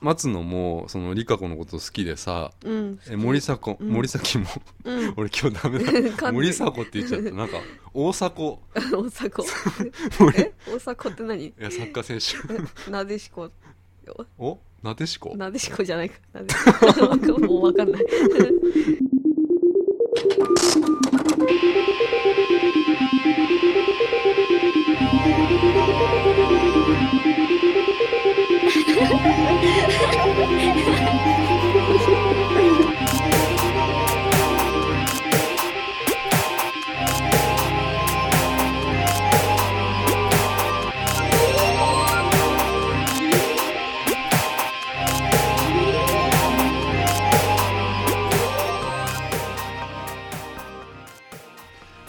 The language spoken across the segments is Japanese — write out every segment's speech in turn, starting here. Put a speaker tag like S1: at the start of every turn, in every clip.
S1: 松野もその理香子のこと好きでさ
S2: うん
S1: え森迫、
S2: うん
S1: 森崎も
S2: うん
S1: 俺今日ダ メ
S2: 噛んで
S1: だ
S2: る
S1: 森迫って言っちゃったなんか大迫
S2: 大阪
S1: 森い
S2: え大阪って何
S1: やサッカー選
S2: なでしこ
S1: 手おなでしこ
S2: なでしこじゃないかなでし こもうわかんない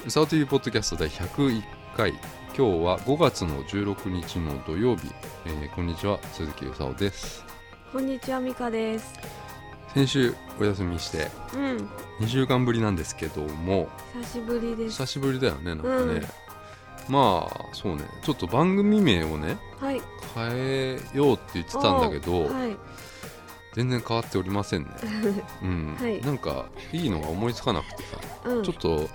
S1: うさおというポッドキャスト第101回今日は5月の16日の土曜日、えーこんにちは鈴木うさおです
S2: こんにちはみかです
S1: 先週お休みして
S2: うん
S1: 2週間ぶりなんですけども
S2: 久しぶりです
S1: 久しぶりだよねなんかね、
S2: うん
S1: まあそうねちょっと番組名をね
S2: はい
S1: 変えようって言ってたんだけど、
S2: はい
S1: 全然変わっておりま せんね、うん
S2: はい
S1: なんかいいのが思いつかなくてさ、
S2: うん
S1: ちょっと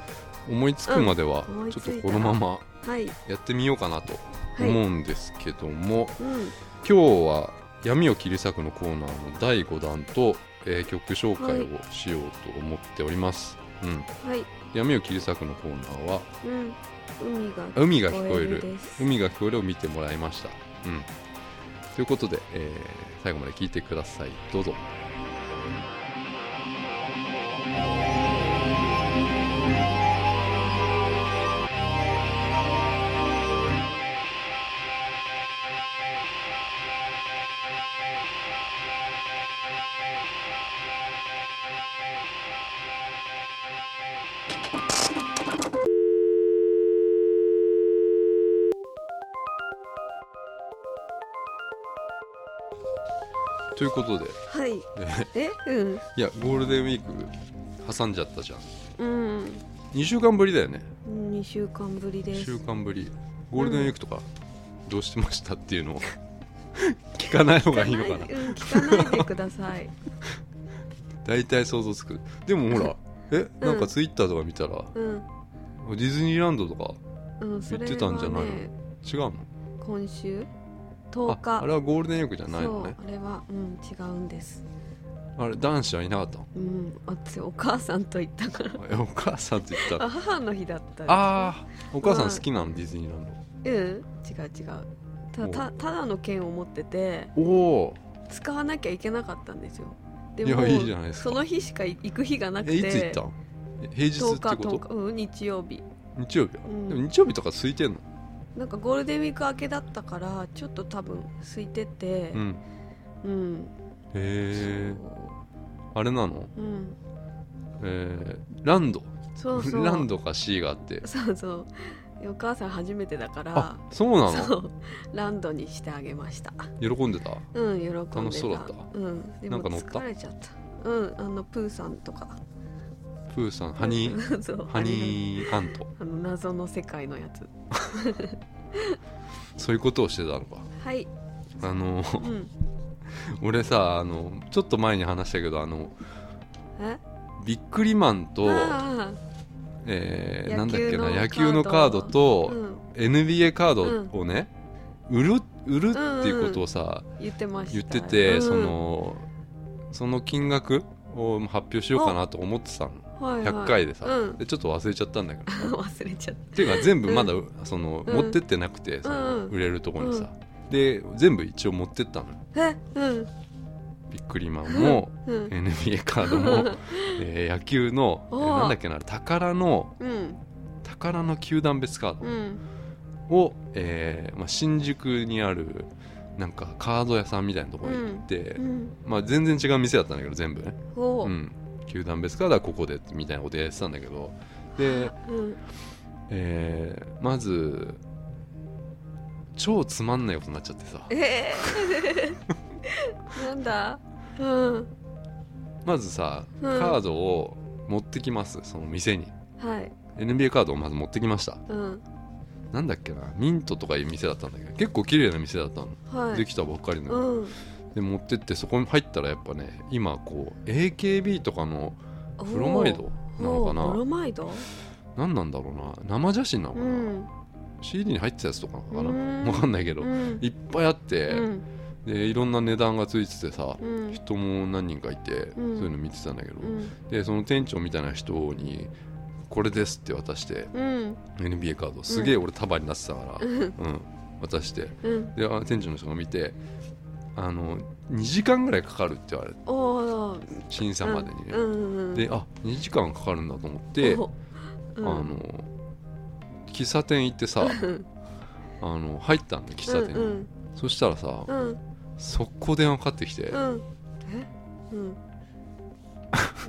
S1: 思いつくまでは
S2: うん思い
S1: ち
S2: つ
S1: ょ
S2: い
S1: ったとこのまま
S2: はい
S1: やってみようかなと
S2: はい
S1: 思うんですけども、
S2: うん
S1: 今日は「闇を切り裂く」のコーナーの第5弾と、えー曲紹介をしようと思っております、うん、
S2: はい
S1: 闇を切り裂くのコーナーは
S2: うん
S1: 「海
S2: 海が
S1: が聞こえる」
S2: です
S1: 海が聞こえるを見てもらいました。うん、ということで、えー最後まで聞いてください。どうぞ。ということで、
S2: はい
S1: え
S2: えうん
S1: いや、ゴールデンウィーク挟んじゃったじゃん。
S2: うん
S1: 2週間ぶりだよね。
S2: 2週間ぶりで
S1: 1
S2: す
S1: 週間ぶり。ゴールデンウィークとか、どうしてましたっていうのを 聞かない方がいいのかな。
S2: うん聞かないでください
S1: 大体想像つく。でもほら、え、なんかツイッターとか見たら、
S2: うん
S1: ディズニーランドとか
S2: うんそれ
S1: 言ってたんじゃないの
S2: はね
S1: 違うの
S2: 今週
S1: あ
S2: 10日
S1: あれはゴールデンウィークじゃないのね
S2: そうあれはうん違うんです
S1: あれ男子はいなかったの
S2: うん私お母さんと行ったから
S1: えお母さんって言ったら
S2: あ母の日だったんです
S1: ああお母さん好きなの、ディズニーラン
S2: うん違う違うたたただの券を持ってて
S1: ドおお
S2: 使わなきゃいけなかったんですよで
S1: いや
S2: も
S1: いいじゃないですか
S2: その日しか行く日がなく
S1: え
S2: て
S1: いつ行ったのえ平日
S2: 10
S1: って
S2: 日
S1: こ
S2: 10
S1: と
S2: 日、うん、日曜日
S1: 日曜日は、
S2: うん
S1: でも日曜日とか空いてんの
S2: なんかゴールデンウィーク明けだったからちょっと多分空いてて
S1: うん
S2: うん、
S1: へえあれなの
S2: そううん、
S1: えー、ランド
S2: そ うそう
S1: ランドか C があって
S2: そうそうお母さん初めてだから
S1: あそうなの
S2: そうランドにしてあげました
S1: 喜んでた
S2: うん喜んでた
S1: 楽しそうだった
S2: うん、で
S1: なん
S2: も
S1: か乗った
S2: 疲れちゃったうんあのプーさんとか
S1: プーさんハニー
S2: ー そう
S1: ハニーハント
S2: あの謎の世界のやつ
S1: そういうことをしてたのか
S2: はい
S1: あの
S2: うん
S1: 俺さあのちょっと前に話したけどあの
S2: え
S1: ビックリマンと、
S2: あ
S1: えー
S2: 野球の
S1: なんだっけな
S2: カード
S1: 野球のカード
S2: あ、
S1: と、
S2: うん
S1: NBA カードをね、売る売るっていうことをさ、
S2: 言ってました
S1: 言ってて、
S2: うん
S1: そのその金額を発表しようかなと思ってたの
S2: はいはい
S1: 100回でさ、
S2: うん
S1: でちょっと忘れちゃったんだけど
S2: 忘れちゃっ
S1: っていうか全部まだ、その
S2: うん
S1: 持ってってなくてその、
S2: うん
S1: 売れるとこにさ、で全部一応持ってったのよ
S2: たえうん
S1: ビックリマンも
S2: うん
S1: NBA カード も、えー野球の、えー
S2: おー
S1: なんだっけな宝の
S2: うん
S1: 宝の球団別カード、
S2: うん
S1: を、えーまあ、新宿にあるなんかカード屋さんみたいなところに行って、
S2: うん
S1: まあ、全然違う店だったんだけど全部ね、
S2: お
S1: う、
S2: うん
S1: 球団別カードはここでみたいなことやってたんだけどで、
S2: うん
S1: えーまず超つまんないことになっちゃってさ
S2: え ーなんだうん
S1: まずさ
S2: うん
S1: カードを持ってきますその店に
S2: はい、
S1: NBA カードをまず持ってきました
S2: うん、
S1: なんだっけなミントとかいう店だったんだけど結構綺麗な店だったの、
S2: はい。
S1: できたばっかりの、
S2: うん、
S1: で持ってってそこに入ったらやっぱね今こう AKB とかの
S2: おー
S1: ブロマイドなのかな
S2: おーブロマイド
S1: 何なんだろうな生写真なのか
S2: う
S1: な、
S2: ん
S1: CD に入ってたやつとかなのかな、
S2: うん
S1: 分かんないけど、
S2: うん
S1: いっぱいあって、
S2: うん
S1: でいろんな値段がついててさ、
S2: うん
S1: 人も何人かいて、
S2: うん
S1: そういうの見てたんだけど、
S2: うん
S1: でその店長みたいな人に「これです」って渡して
S2: うん
S1: NBA カードすげえ俺束になってたから、うん、渡して
S2: うん
S1: であ店長の人が見て「あの2時間ぐらいかかる」って言われて
S2: おー
S1: 審査までにね。
S2: うんうんうんうん
S1: であ2時間かかるんだと思って、
S2: おうん
S1: あの喫茶店行ってさ
S2: うん
S1: あの入ったんだ喫茶店に、
S2: うん
S1: そしたらさ
S2: うんうん
S1: 速攻電話かかってきて、
S2: うんえうん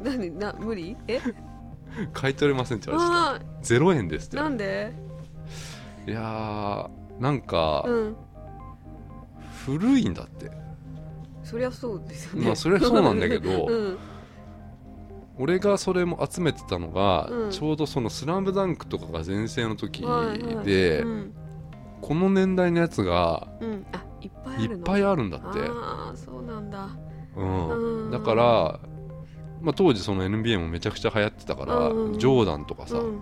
S2: 何な無理え
S1: 買い取れませんって言われて
S2: あ
S1: た0円ですっ
S2: ー
S1: て
S2: なんで
S1: いやーなんか
S2: うん
S1: 古いんだって、
S2: そりゃそうです よね
S1: まあそれはそうなんだけど
S2: うん
S1: 俺がそれも集めてたのが、
S2: うん
S1: ちょうどその「スラムダンクとかが全盛の時で、
S2: はいはいうん
S1: この年代のやつが
S2: うんあいっぱいあ
S1: いっ
S2: るの
S1: ぱい
S2: あ
S1: あるんだって、
S2: あーそうなんだ
S1: うん
S2: うん
S1: だから、まあ、当時その NBA もめちゃくちゃ流行ってたから、
S2: うん
S1: ジョーダンとかさ、
S2: うん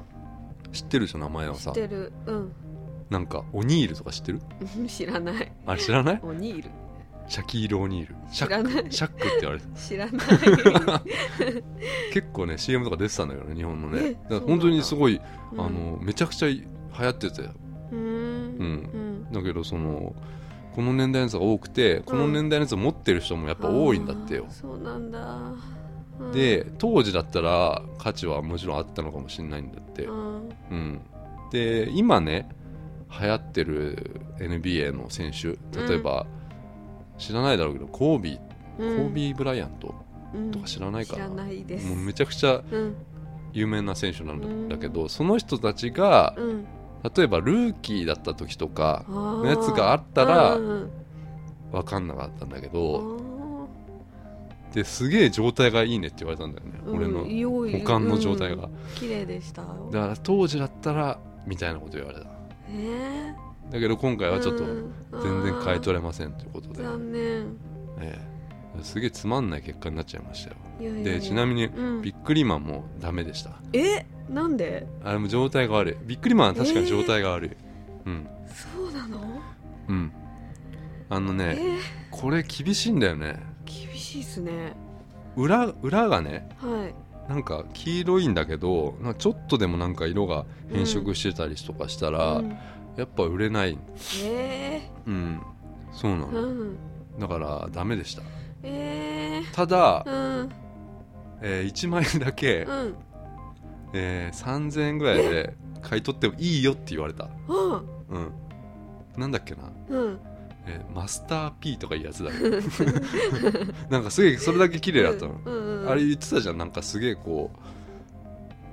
S1: 知ってるでしょ名前は
S2: 知
S1: さ
S2: ってるうん
S1: なんかオニールとか知ってる
S2: うん知らない
S1: あれ知らない
S2: おにいる
S1: シャキール・オニールシ
S2: 知
S1: ャ
S2: らない
S1: シャックって言われて
S2: 知ら ない
S1: 結構ね CM とか出てたんだけどね日本のね
S2: え
S1: だから本当にすごい、
S2: うん
S1: あのめちゃくちゃ流行ってて
S2: うー
S1: うんん
S2: うん
S1: だけどそのこの年代のやつが多くてこの年代のやつを持ってる人もやっぱ多いんだってよ
S2: あー、そうなんだうん
S1: で当時だったら価値はもちろんあったのかもしれないんだって
S2: うん
S1: うん、で今ね流行ってる NBA の選手例えば、知らないだろうけどコービー、コービー・ブライアント
S2: うん
S1: とか知らないか
S2: 知
S1: な,、
S2: らないです
S1: もうめちゃくちゃ
S2: うん
S1: 有名な選手なんだけど、その人たちが
S2: うん
S1: 例えばルーキーだった時とか
S2: の
S1: のやつがあったら
S2: うんうん
S1: 分かんなかったんだけ
S2: あ
S1: ど
S2: ー
S1: ですげえ状態がいいねって言われたんだよね、
S2: うん
S1: 俺の
S2: よい
S1: 股間の状態が、
S2: うん綺麗でしたよ
S1: だから当時だったらみたいなこと言われた
S2: え
S1: だけど今回はちょっと全然買い取
S2: れ
S1: れませんということで、
S2: 残念
S1: ええ、すげえつまんない結果になっちゃいましたよ
S2: いやいやいや
S1: でちなみに
S2: うん
S1: ビックリマンもダメでした
S2: えなんで
S1: あれも状態が悪いビックリマンは確かに状態が悪い、うん
S2: そうなの
S1: うんあの
S2: え
S1: ね
S2: ー、
S1: これ厳しいんだよね
S2: 厳しいっすね
S1: 裏裏がね
S2: はい
S1: なんか黄色いんだけどなんかちょっとでもなんか色が変色してたりとかしたら、
S2: うん、
S1: やっぱ売れない
S2: え
S1: うんそうな
S2: ー、う
S1: の
S2: ん
S1: だからダメでした
S2: え
S1: ただ
S2: ー、、うん
S1: え1枚だけ、
S2: うん
S1: えー3000円ぐらいで買い取ってもいいよって言われた
S2: あ
S1: うんなんだっけな、
S2: うん
S1: えーマスター P とかいうやつだ なんかすげえそれだけ綺麗だったの、
S2: うんうんうん、
S1: あれ言ってたじゃんなんかすげえこう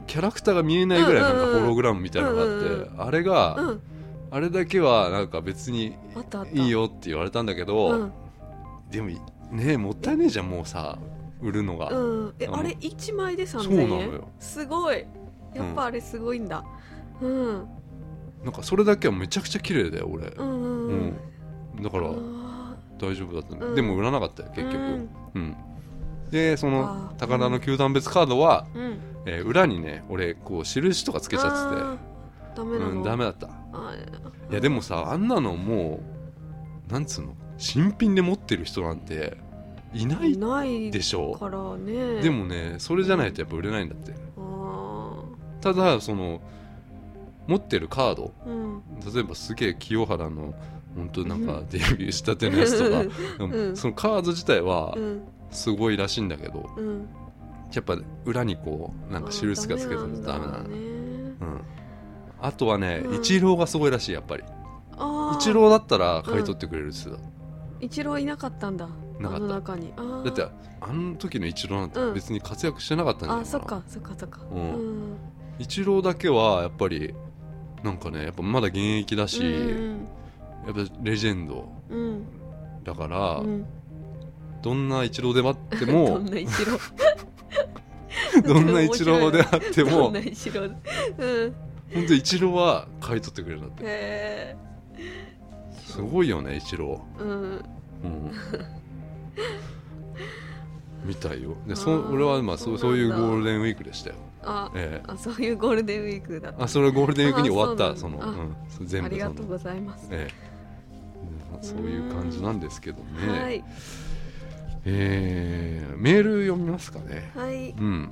S1: キャラクターが見えないぐらいなん
S2: うんうん
S1: か
S2: うん
S1: ホログラムみたいなのがあって、
S2: うんうん
S1: あれが、
S2: うん
S1: あれだけはなんか別に
S2: あったあった
S1: いいよって言われたんだけど、
S2: うん、
S1: でもねえもったいねえじゃんもうさ売るのが、
S2: うん、え
S1: あの
S2: あれ一枚で3000円
S1: そうなのよ
S2: すごいやっぱあれすごいんだ、うん、
S1: なんかそれだけはめちゃくちゃ綺麗だよ俺、
S2: うんうん
S1: うんだから
S2: あ
S1: 大丈夫だったんだ、
S2: うん
S1: でも売らなかったよ結局、
S2: うん
S1: うん、でその
S2: あー
S1: 高田の球団別カードは、
S2: ーうん
S1: えー裏にね俺こう印とかつけちゃって
S2: あーダ
S1: て
S2: メなの、
S1: うんダメだった
S2: あ
S1: いやでもさあんなのもうなんつうの新品で持ってる人なんていな
S2: ー
S1: い
S2: ない
S1: でしょ
S2: からね
S1: でもねそれじゃないとやっぱ売れないんだって
S2: あ
S1: ただその持ってるカード
S2: ーうん
S1: 例えばすげえ清原の本当なんかデビューしたてのやつとか、
S2: ん
S1: そのカード自体は
S2: うん
S1: すごいらしいんだけど
S2: うん
S1: やっぱ裏にこうなんか印がつけてるとダメなの
S2: あーダメなんだね
S1: うん、あとはね、
S2: うん
S1: イチローがすごいらしいやっぱり
S2: あー
S1: イチローだったら買い取ってくれるっつってた、
S2: 一郎いなかったんだ
S1: なかった
S2: あの中にあー
S1: だってあの時のイチローなんて
S2: うん
S1: 別に活躍してなかったんじゃ
S2: あ
S1: ない
S2: そ
S1: か
S2: っ
S1: な、
S2: かそっかそっか
S1: うん
S2: うん
S1: イチローだけはやっぱりなんかねやっぱまだ現役だし、
S2: うん
S1: やっぱレジェンド
S2: うん
S1: だから、
S2: うん
S1: どんなイチローで待って
S2: ど
S1: も
S2: んな一郎
S1: どんなイチロ ーであって
S2: ど
S1: も
S2: んな一郎うん
S1: 本当イチローは買い取ってくれるんだって
S2: へえ
S1: すごいよねイチロ
S2: うん
S1: ー、うん、みたいよ
S2: あー
S1: でそ俺はまあそうそういう
S2: そ
S1: ゴ
S2: うな
S1: ー
S2: んだ
S1: ルデンウィークでしたよ、
S2: あ
S1: ええ
S2: あそういうゴールデンウィークだった
S1: あそれはゴールデンウィークに終わっ
S2: あ
S1: た
S2: そ
S1: そう
S2: なん
S1: の、
S2: だ
S1: う
S2: あ
S1: ん、そ全
S2: あ
S1: 部
S2: り
S1: そ
S2: が
S1: の
S2: とうございます、
S1: ええまあそういう感じなんですけどね、
S2: はい
S1: えーメール読みますかね
S2: はい
S1: うん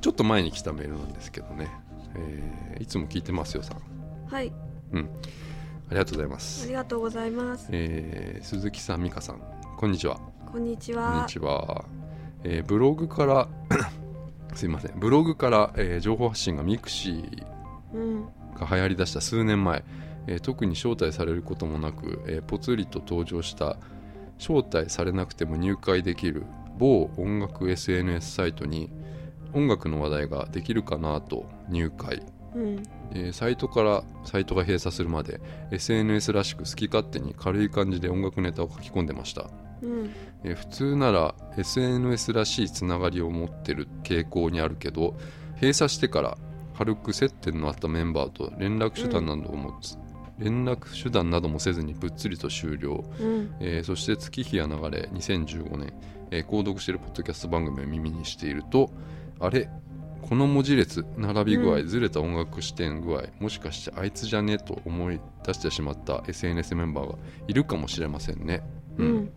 S1: ちょっと前に来たメールなんですけどね、えーいつも聞いてますよさんあ
S2: はい
S1: りがとうございま
S2: あ
S1: す
S2: り、がとうございます
S1: えー鈴木さん美香さんこんにちは
S2: こんにち
S1: こん
S2: は
S1: にちは、えーブログから すいませんブログから、えー情報発信がミクシー
S2: うん
S1: が流行りだした数年前、えー特に招待されることもなく、えーぽつりと登場した招待されなくても入会できる某音楽 SNS サイトに音楽の話題ができるかなと入会、
S2: うん
S1: えーサイトからサイトが閉鎖するまで SNS らしく好き勝手に軽い感じで音楽ネタを書き込んでました
S2: うん
S1: えー普通なら SNS らしいつながりを持ってる傾向にあるけど閉鎖してから軽く接点のあったメンバーと連絡手段などもつ、連絡手段などもせずにぶっつりと終了、
S2: うん
S1: えーそして月日や流れ2015年、えー購読しているポッドキャスト番組を耳にしているとあれこの文字列並び具合、
S2: うん
S1: ずれた音楽視点具合もしかしてあいつじゃねと思い出してしまった SNS メンバーがいるかもしれませんね、
S2: うん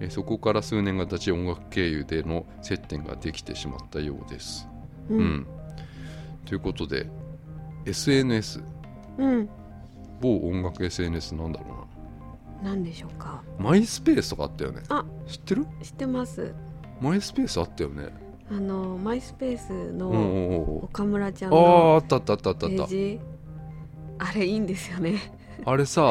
S1: えーそこから数年が経ち音楽経由での接点ができてしまったようです。
S2: う
S1: うん
S2: ん
S1: ということで SNS
S2: うん
S1: 某音楽 SNS なんだろう
S2: なんでしょうか
S1: なマイスペースとかあったよね
S2: あ
S1: 知ってる
S2: 知ってます
S1: マイスペースあったよね
S2: あのマイスペース
S1: うんう
S2: の
S1: んうんうん
S2: 岡村ちゃん
S1: あ
S2: の
S1: ああったあったあったあっ
S2: ペ
S1: たあ
S2: ー
S1: っ
S2: ジあれいいんですよね
S1: たあれさ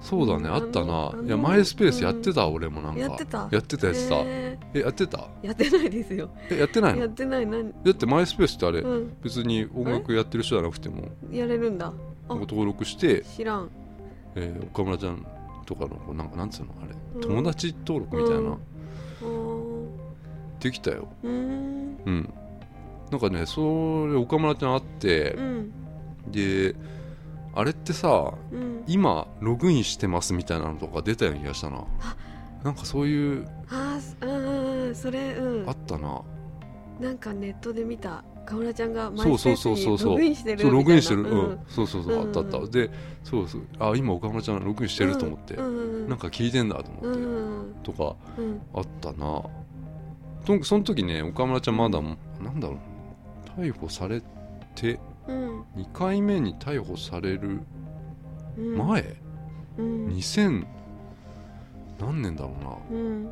S1: そうだねあった
S2: あ
S1: な
S2: の
S1: いやマイスペースやってた俺もなんか
S2: やってた
S1: やってたやってた
S2: へ
S1: えやってた
S2: ーやってないですよ
S1: えやってない
S2: や
S1: の
S2: ってないなん
S1: だってマイスペースってあれ
S2: うん
S1: 別に音楽やってる人じゃなくても
S2: やれるんだあ
S1: 登録して
S2: 知らん
S1: えー岡村ちゃんとかのこうなんかなんつうのあれ、
S2: うん
S1: 友達登録みたいな、
S2: うんあー
S1: できたよ
S2: うーん
S1: うんなんかねそれ岡村ちゃんあって
S2: う、ん
S1: であれってさ
S2: うん
S1: 今ログインしてますみたいなのとか出たような気がしたな
S2: あ
S1: なんかそういう
S2: あーすうんうんうんそれうん
S1: あったな
S2: なんかネットで見た岡村ちゃんがマ
S1: そう
S2: イスペ
S1: そう
S2: ース
S1: そう
S2: に
S1: そうそう
S2: ログインしてるみた
S1: そ
S2: いうな
S1: ログインしてる、うん
S2: うん
S1: そうそうそう、
S2: うんうん
S1: あったあったでそうそうあ今岡村ちゃんログインしてると思って、
S2: うんうん
S1: なんか聞いてんだと思って、
S2: うんうん
S1: とか
S2: うん
S1: あったなとにかくその時ね岡村ちゃんまだなんだろう逮捕されて
S2: うん
S1: 2回目に逮捕される
S2: うん
S1: 前、
S2: うん
S1: 2000何年だろうな
S2: うん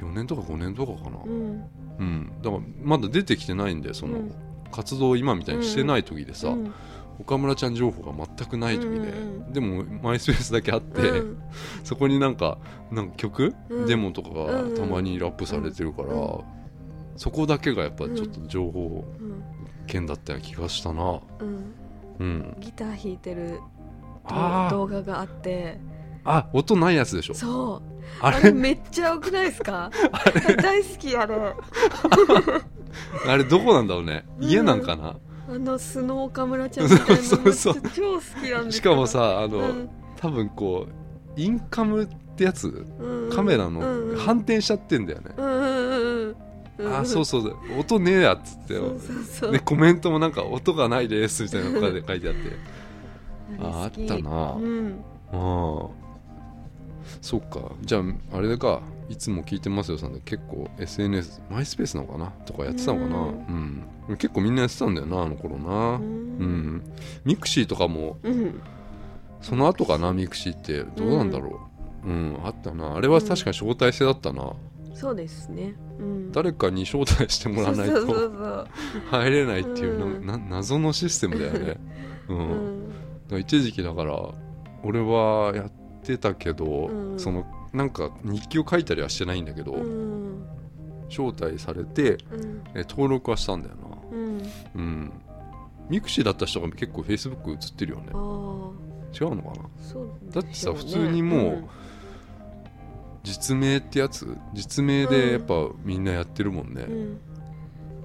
S1: 4年とか5年とかかな、
S2: うん
S1: うん、だからまだ出てきてないんでその、
S2: うん
S1: 活動を今みたいにしてない時でさ、
S2: うん
S1: 岡村ちゃん情報が全くない時で、
S2: うんうん
S1: でもマイスペースだけあって、
S2: うん
S1: そこになんかなんか曲、
S2: うん
S1: デモとか
S2: うんう
S1: が
S2: ん
S1: たまにラップされてるから、
S2: うんう
S1: そこだけがやっぱちょっと情報
S2: うん
S1: 圏だったような気がしたな
S2: うん
S1: うん
S2: ギター弾いてる
S1: あー
S2: 動画があって
S1: あ音ないやつでしょ
S2: そう
S1: あ
S2: あれ
S1: れ
S2: めっちゃ良くないで すか大好きあれ
S1: あれどこなんだろうね
S2: うん
S1: 家なんかな、
S2: あの素の岡村ちゃんみたいなの
S1: そうそうそう
S2: めっちゃ超好きなんです
S1: しかもさあ
S2: あ
S1: の、多分こうインカムってやつカメラ
S2: うんう
S1: の
S2: ん
S1: 反転しちゃってんだよね、
S2: うんうんうんうん
S1: あそうそうだ音ねえやっつって
S2: そうそうそう
S1: でコメントもなんか音がないですみたいなので書いてあってああ
S2: あ
S1: っ
S2: れ好き
S1: たな
S2: うん
S1: ああそっかじゃああれかいつも聞いてますよさんで結構 SNS マイスペースなのかなとかやってたのかな
S2: う
S1: うん、結構みんなやってたんだよなあの頃なう
S2: う
S1: ん、
S2: ん
S1: ミクシーとかも
S2: うん
S1: その後かなミクシーってどうなんだろううん、あったなあれは確かに招待制だったな、
S2: そうですねうん
S1: 誰かに招待してもらわない
S2: そうそうそ
S1: と
S2: う
S1: 入れないっていう、
S2: うん
S1: なな謎のシステムだよ ねう、
S2: そうんうん
S1: だから一時期だから俺はやってたけど、
S2: うん
S1: そのなんか日記を書いたりはしてないんだけど、
S2: うん
S1: 招待されて
S2: うん
S1: え登録はしたんだよな
S2: うん
S1: うんミクシーだった人が結構フェイスブック映ってるよね
S2: ああ
S1: 違うのかな
S2: そう
S1: だってさ普通にもう、実名ってやつ実名
S2: うん
S1: でやっぱみんなやってるもんね
S2: う、ん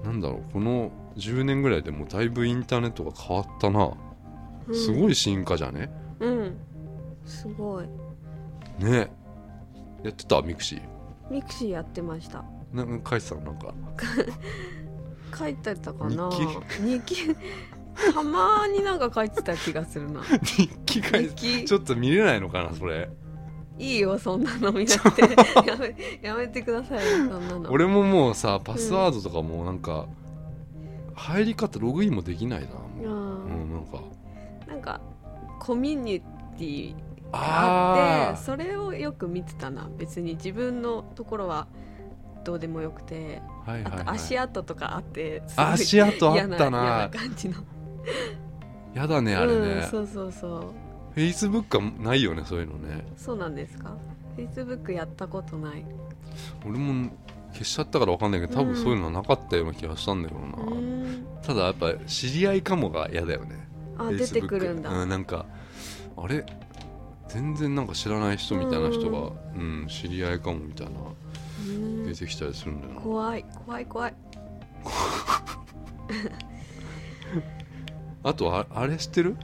S1: なんだろうこの10年ぐらいでもうだいぶインターネットが変わったな、
S2: うん
S1: すごい進化じゃね
S2: うんすごい
S1: ねやってたミクシー
S2: ミクシーやってました
S1: なんか書いてたのなんか
S2: 書いてたかな
S1: 日
S2: 日記 たまになんか書いてた気が するな
S1: 日記書いて
S2: 日
S1: ち
S2: 記
S1: ょっと見れないのかなそれ
S2: いいよそんなの見なくて やめやめてくださいよそんなの
S1: 俺ももうさパスワードとかもうなんか、入り方ログインもできないな
S2: あ
S1: もう、う
S2: ー
S1: ん、なんか
S2: なんかコミュニティがあ
S1: あ
S2: ってそれをよく見てたな別に自分のところはどうでもよくて
S1: あはい
S2: あ
S1: はい、はい、
S2: と足跡とかあってすごい
S1: 足跡あっ
S2: 嫌
S1: た
S2: 嫌
S1: な
S2: な感じの
S1: やだねあれ
S2: うん、
S1: ね、
S2: そうそうそう
S1: フェイスブックはないよねそういうのね
S2: そうなんですか Facebook やったことない
S1: 俺も消しちゃったから分かんないけど多分そういうのはなかったような気がしたんだよ
S2: う
S1: な、
S2: ーん
S1: ただやっぱ知り合いかもが嫌だよね
S2: あ
S1: Facebook
S2: 出てくるんだ、
S1: うん、なんかあれ全然なんか知らない人みたいな人が、うん知り合いかもみたいな
S2: うーん
S1: 出てきたりするんだよな
S2: 怖い怖い怖い
S1: あとああれ知ってる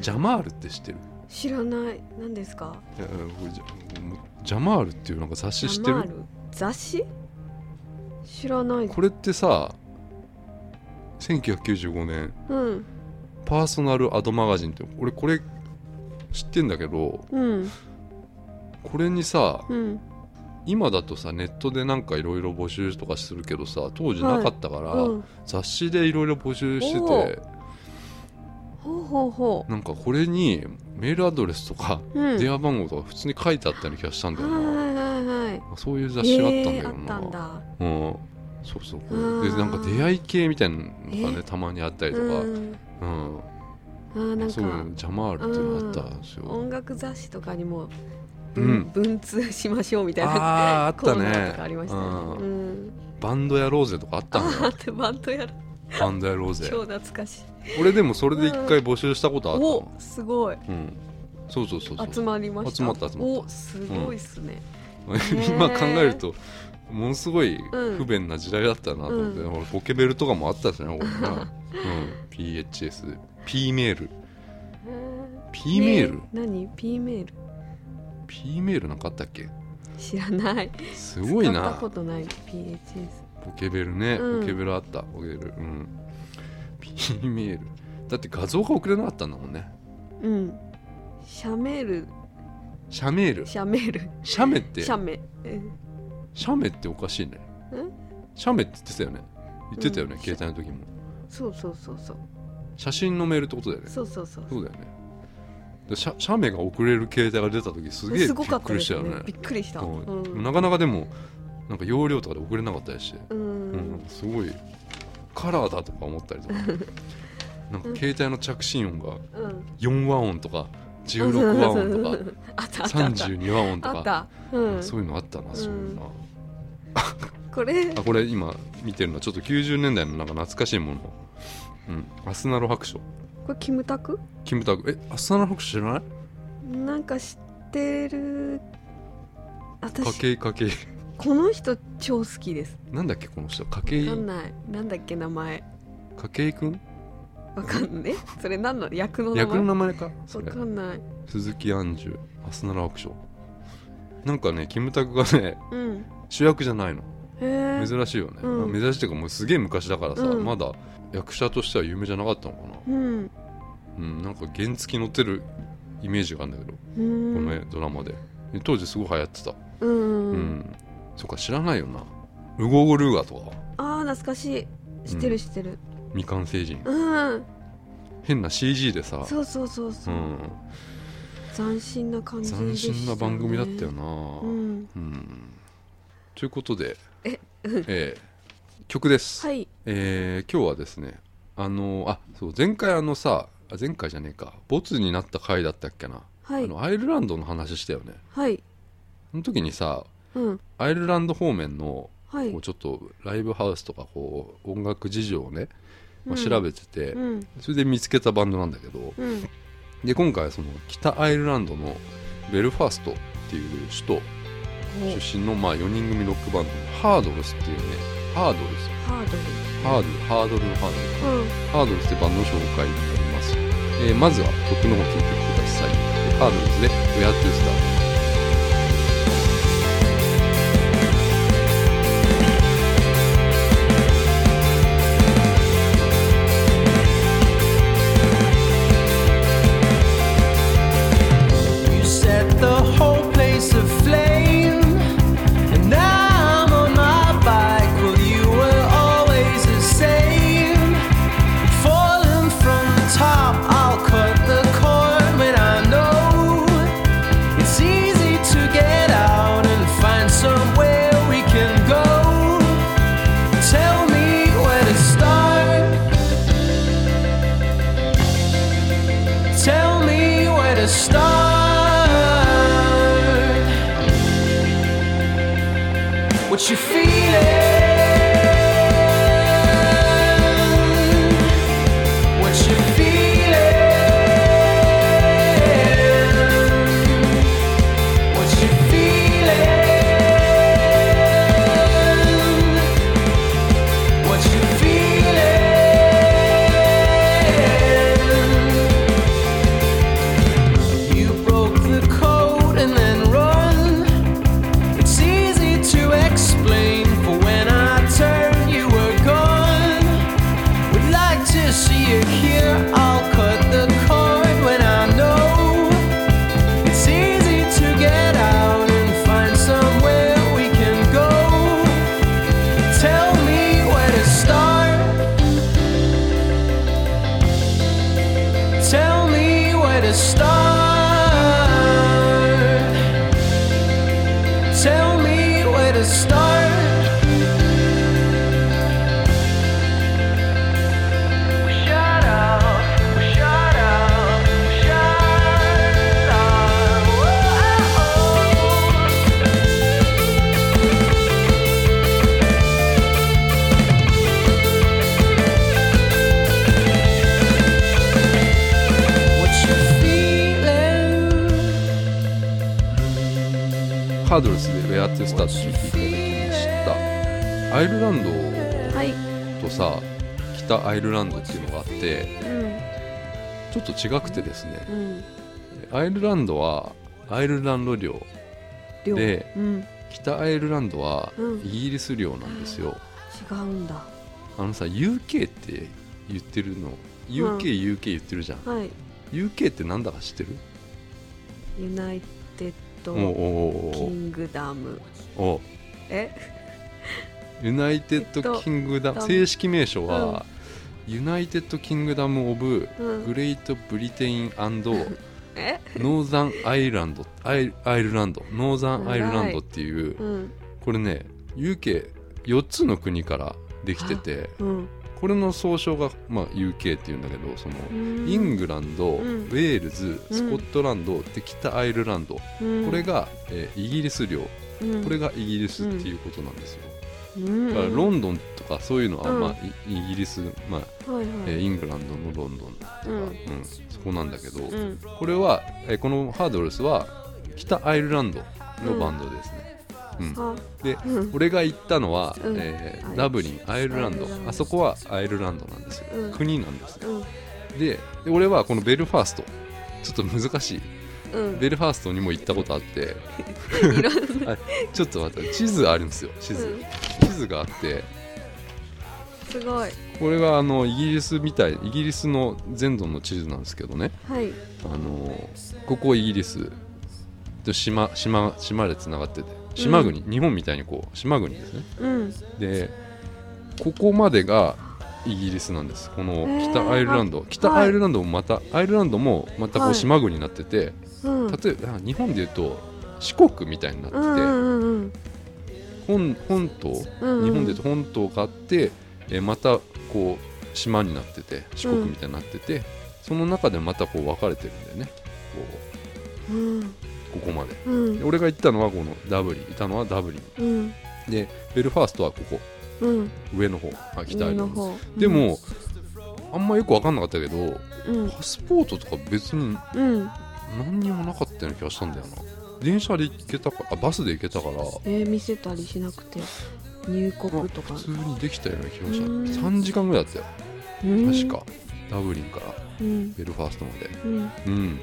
S1: ジャマールって知ってる
S2: 知らない何ですか
S1: いやうんこれジャもうジャマールっていうなんか雑誌知って
S2: ラマー
S1: る
S2: ル雑誌知らない
S1: これってさ1995年
S2: うん
S1: パーソナルアドマガジンって俺これ知ってんだけど
S2: うん
S1: これにさ
S2: うん
S1: 今だとさネットでなんかいろいろ募集とかするけどさ当時なかったから、
S2: うん
S1: 雑誌でいろいろ募集して
S2: お
S1: て
S2: ほうほうほ
S1: なんかこれにメールアドレスとか
S2: ううん
S1: 電話番号とか普通に書いてあったような気がしたんだよな、
S2: はいはいはい
S1: そういう雑誌があったんだ
S2: え
S1: よ
S2: ーあった
S1: な、
S2: んだ
S1: うん、そうそうこ
S2: あ
S1: れで
S2: ー
S1: なんか出会い系みたいなのがね、
S2: えー
S1: たまにあったりとか、うん
S2: うんあーなん
S1: そう
S2: か
S1: いうジャマールっていうのがあったんですよ、
S2: 音楽雑誌とかにも
S1: うん
S2: 文文通しましょうみたいな
S1: ああーあっ
S2: コ
S1: た
S2: ーナーとかあ
S1: ね
S2: りました
S1: う
S2: よ
S1: ん
S2: ねうん
S1: バンドやろうぜとかあったんだ
S2: あ
S1: よ
S2: ってバンドやる
S1: バンドやろうぜ
S2: 超懐かしい
S1: 俺でもそれで一回募集したことあった
S2: お
S1: の
S2: すごい
S1: うん、そうそうそうそう
S2: 集まりました
S1: 集まった集まった
S2: おすごいっすねー
S1: 今考えるとものすごい不便な時代だったなと思って、
S2: う
S1: 俺ポケベルとかもあった しねこれな、うん、PHS P メール
S2: へー
S1: P メール、
S2: ね何 P メール
S1: P メールなんかあったっけ
S2: 知らない
S1: すごい
S2: 使った
S1: な
S2: ことない PHS
S1: ポケベルね、
S2: うん
S1: ポケベルあったポケベルうん P メールだって画像が送れなかったんだもんね
S2: うんシャメール
S1: シャメール
S2: シャメール
S1: シャメって
S2: シャメうん
S1: シャメっておかしいね
S2: ん
S1: シャメって言ってたよね言ってたよね、
S2: うん
S1: 携帯の時も
S2: そうそうそうそう
S1: 写真のメールってことだよね
S2: そうそうそう
S1: そうだよね。で写写メが送れる携帯が出た時すげえ
S2: す
S1: び
S2: ごか
S1: っ
S2: った
S1: くり
S2: で
S1: したよ
S2: すね
S1: ね
S2: びっくりした
S1: うん
S2: うん
S1: なかなかでもなんか容量とかで送れなかったりして、
S2: う
S1: うん
S2: ん
S1: すごいカラーだとか思ったりと かなんか携帯の着信音が
S2: うん
S1: 4和音とか16和音とか
S2: あったあったあった
S1: 32和音と
S2: あっ
S1: か、
S2: たうん
S1: そういうのあったなそういうのな、
S2: これ
S1: あこれ今見てるのはちょっと90年代のなんか懐かしいもの、うん、アスナロ白書
S2: これキムタク
S1: キムタクえアスナロ白書知らない
S2: なんか知ってる
S1: 家
S2: 私
S1: 計家計
S2: この人超好きです
S1: なんだっけこの人家計
S2: わかんないなんだっけ名前
S1: 筧井くん
S2: わかんないえそれ何の役の名
S1: 役
S2: 前
S1: の
S2: わ
S1: 名前かそれ
S2: かんない
S1: 鈴木杏樹アスナラアクションなんかねキムタクがね
S2: うん
S1: 主役じゃないの
S2: へえ
S1: 珍しいよね、
S2: うん
S1: まあ珍しいっていうかもうすげえ昔だからさ、
S2: うん
S1: まだ役者としては有名じゃなかったのかな
S2: うんこ
S1: うんなんか原付き乗ってるイメージがあるんだけど、この
S2: の
S1: ねドラマでで当時すごい流行ってた
S2: う
S1: うん、
S2: ん
S1: そっか知らないよなウゴゴルーガとか
S2: ああ懐かしい知って
S1: うん
S2: る知ってる
S1: 未完成人
S2: うん
S1: 変な CG でさ
S2: そうそうそう
S1: う、
S2: そうん斬新な感じで
S1: 斬
S2: したね
S1: 新な番組だったよな、
S2: うん
S1: うんということで
S2: え
S1: えー曲です、
S2: はい
S1: えー今日はですねあのあそう前回あのさあ前回じゃねえかボツになった回だったっけな、
S2: は
S1: あ
S2: い
S1: のアイルランドの話したよね
S2: はい
S1: その時にさ
S2: うん
S1: アイルランド方面の
S2: はい
S1: こうちょっとライブハウスとかこう音楽事情をね、まあ
S2: うん
S1: 調べてて、
S2: うん
S1: それで見つけたバンドなんだけど
S2: うん
S1: で今回はその北アイルランドのベルファーストっていう首都出身のまあ4人組ロックバンドハードルスっていうねハードルス
S2: ハードル
S1: ハードルハードルのハードル
S2: うん
S1: ハードルスってバンドの紹介になります、えーまずは曲の方聴いてくださいハードルスで「Where to Start」
S3: 「 what you feeling? What you feeling? What you feeling? What you feeling? You broke the code and then run. It's easy to explain, for when I turn, you were gone. Would like to see you here. I'll cut the cord when I know it's easy to get out and find somewhere we can go. Tell me where to start. Tell me where to start. Tell me where to start. Shut up, shut up, shut up. oh, Whoa. What you feeling?
S1: ハードルスで「Where to Start」聞いていただきましたアイルランド
S2: はい、
S1: とさ北アイルランドっていうのがあって
S2: う
S1: ちょっと違くてですね
S2: ん、うん、
S1: アイルランドはアイルランド領
S2: 量、
S1: で
S2: うん、違
S1: 北アイルランドは
S2: うん
S1: イギリス領なんですよ、
S2: うんだ。
S1: あのさ UK って言ってるの UKUK、UK 言ってるじゃん
S2: はい、
S1: UK ってなんだか知ってる
S2: ユナイテッ
S1: おうお
S2: ド
S1: う
S2: キングダム。
S1: おうおう
S2: え、
S1: ユナイテッド・キングダム、
S2: えっと
S1: 正式名称は、ユナイテッド・キングダム・オブ・
S2: うん
S1: グ、レート・ブリテイン・ ノ
S2: え、
S1: ーザン・アイルランドアイアイルランドノーザン・アイルランドっていう
S2: うん、
S1: これね UK4 つの国からできてて
S2: うん、
S1: これの総称が、まあ、UK っていうんだけどその
S2: うん
S1: イングランド、
S2: うん
S1: ウェールズスコットランド、で北アイルランド、
S2: うん
S1: これ、が、えーイギリス領
S2: こ
S1: これ、がイギリスっていうことなんですよ、
S2: うん、
S1: だからロンドンとかそういうのは、
S2: うん
S1: まあ、イイギリス、まあ
S2: はい
S1: え
S2: は
S1: ー
S2: い、
S1: イングランドのロンドンとか、
S2: うん
S1: うんそこなんだけど、
S2: うん、
S1: これは、えーこのハードルスは北アイルランドのバンドですね、うん
S2: あ、
S1: で
S2: うん、
S1: 俺が行ったのは、
S2: うん
S1: えー
S2: はい
S1: ダブリンアイルランド
S2: アイルランド
S1: あそこはアイルランドなんですよ、
S2: うん
S1: 国なんですね
S2: うん、
S1: でで俺はこのベルファーストちょっと難しい
S2: うん、
S1: ベルファーストにも行ったことあ って
S2: いろんな、
S1: あちょっと待って地図あるんですよ地図、
S2: うん
S1: 地図があって
S2: すごい、
S1: これがあのイギリスみたいイギリスの全土の地図なんですけどね
S2: はい、
S1: あのここイギリスで島島島でつながってて島国、日本みたいにこう島国ですね
S2: うん、
S1: でここまでがイギリスなんですこの北アイルランド、北アイルランドもまた、アイルランドもまたこ
S2: は
S1: う
S2: い
S1: 島国になってて、
S2: うん、
S1: 例えば日本でいうと四国みたいになってて、
S2: うんうんうん
S1: 本本島、
S2: うんうん、
S1: 日本でいうと本島があって、えーまたこう島になってて四国みたいになってて、その中でまたこう分かれてるんだよねこ
S2: うん、
S1: うここまで
S2: う
S1: で
S2: ん、
S1: 俺が行ったのはこのダブリンいたのはダブリ
S2: うん、
S1: ンでベルファーストはここ
S2: うん、
S1: 上の方あ北アイルランド
S2: 上の方
S1: でも、あんまよく分かんなかったけど
S2: うん、
S1: パスポートとか別に
S2: うん、
S1: 何にもなかったような気がしたんだよな電車で行けたからあバスで行けたから
S2: えー、見せたりしなくて入国とか
S1: 普通にできたような気がし
S2: うん
S1: た3時間ぐらいだったよ確
S2: 確
S1: かダブリンから
S2: うん
S1: ベルファーストまで
S2: うん
S1: うんま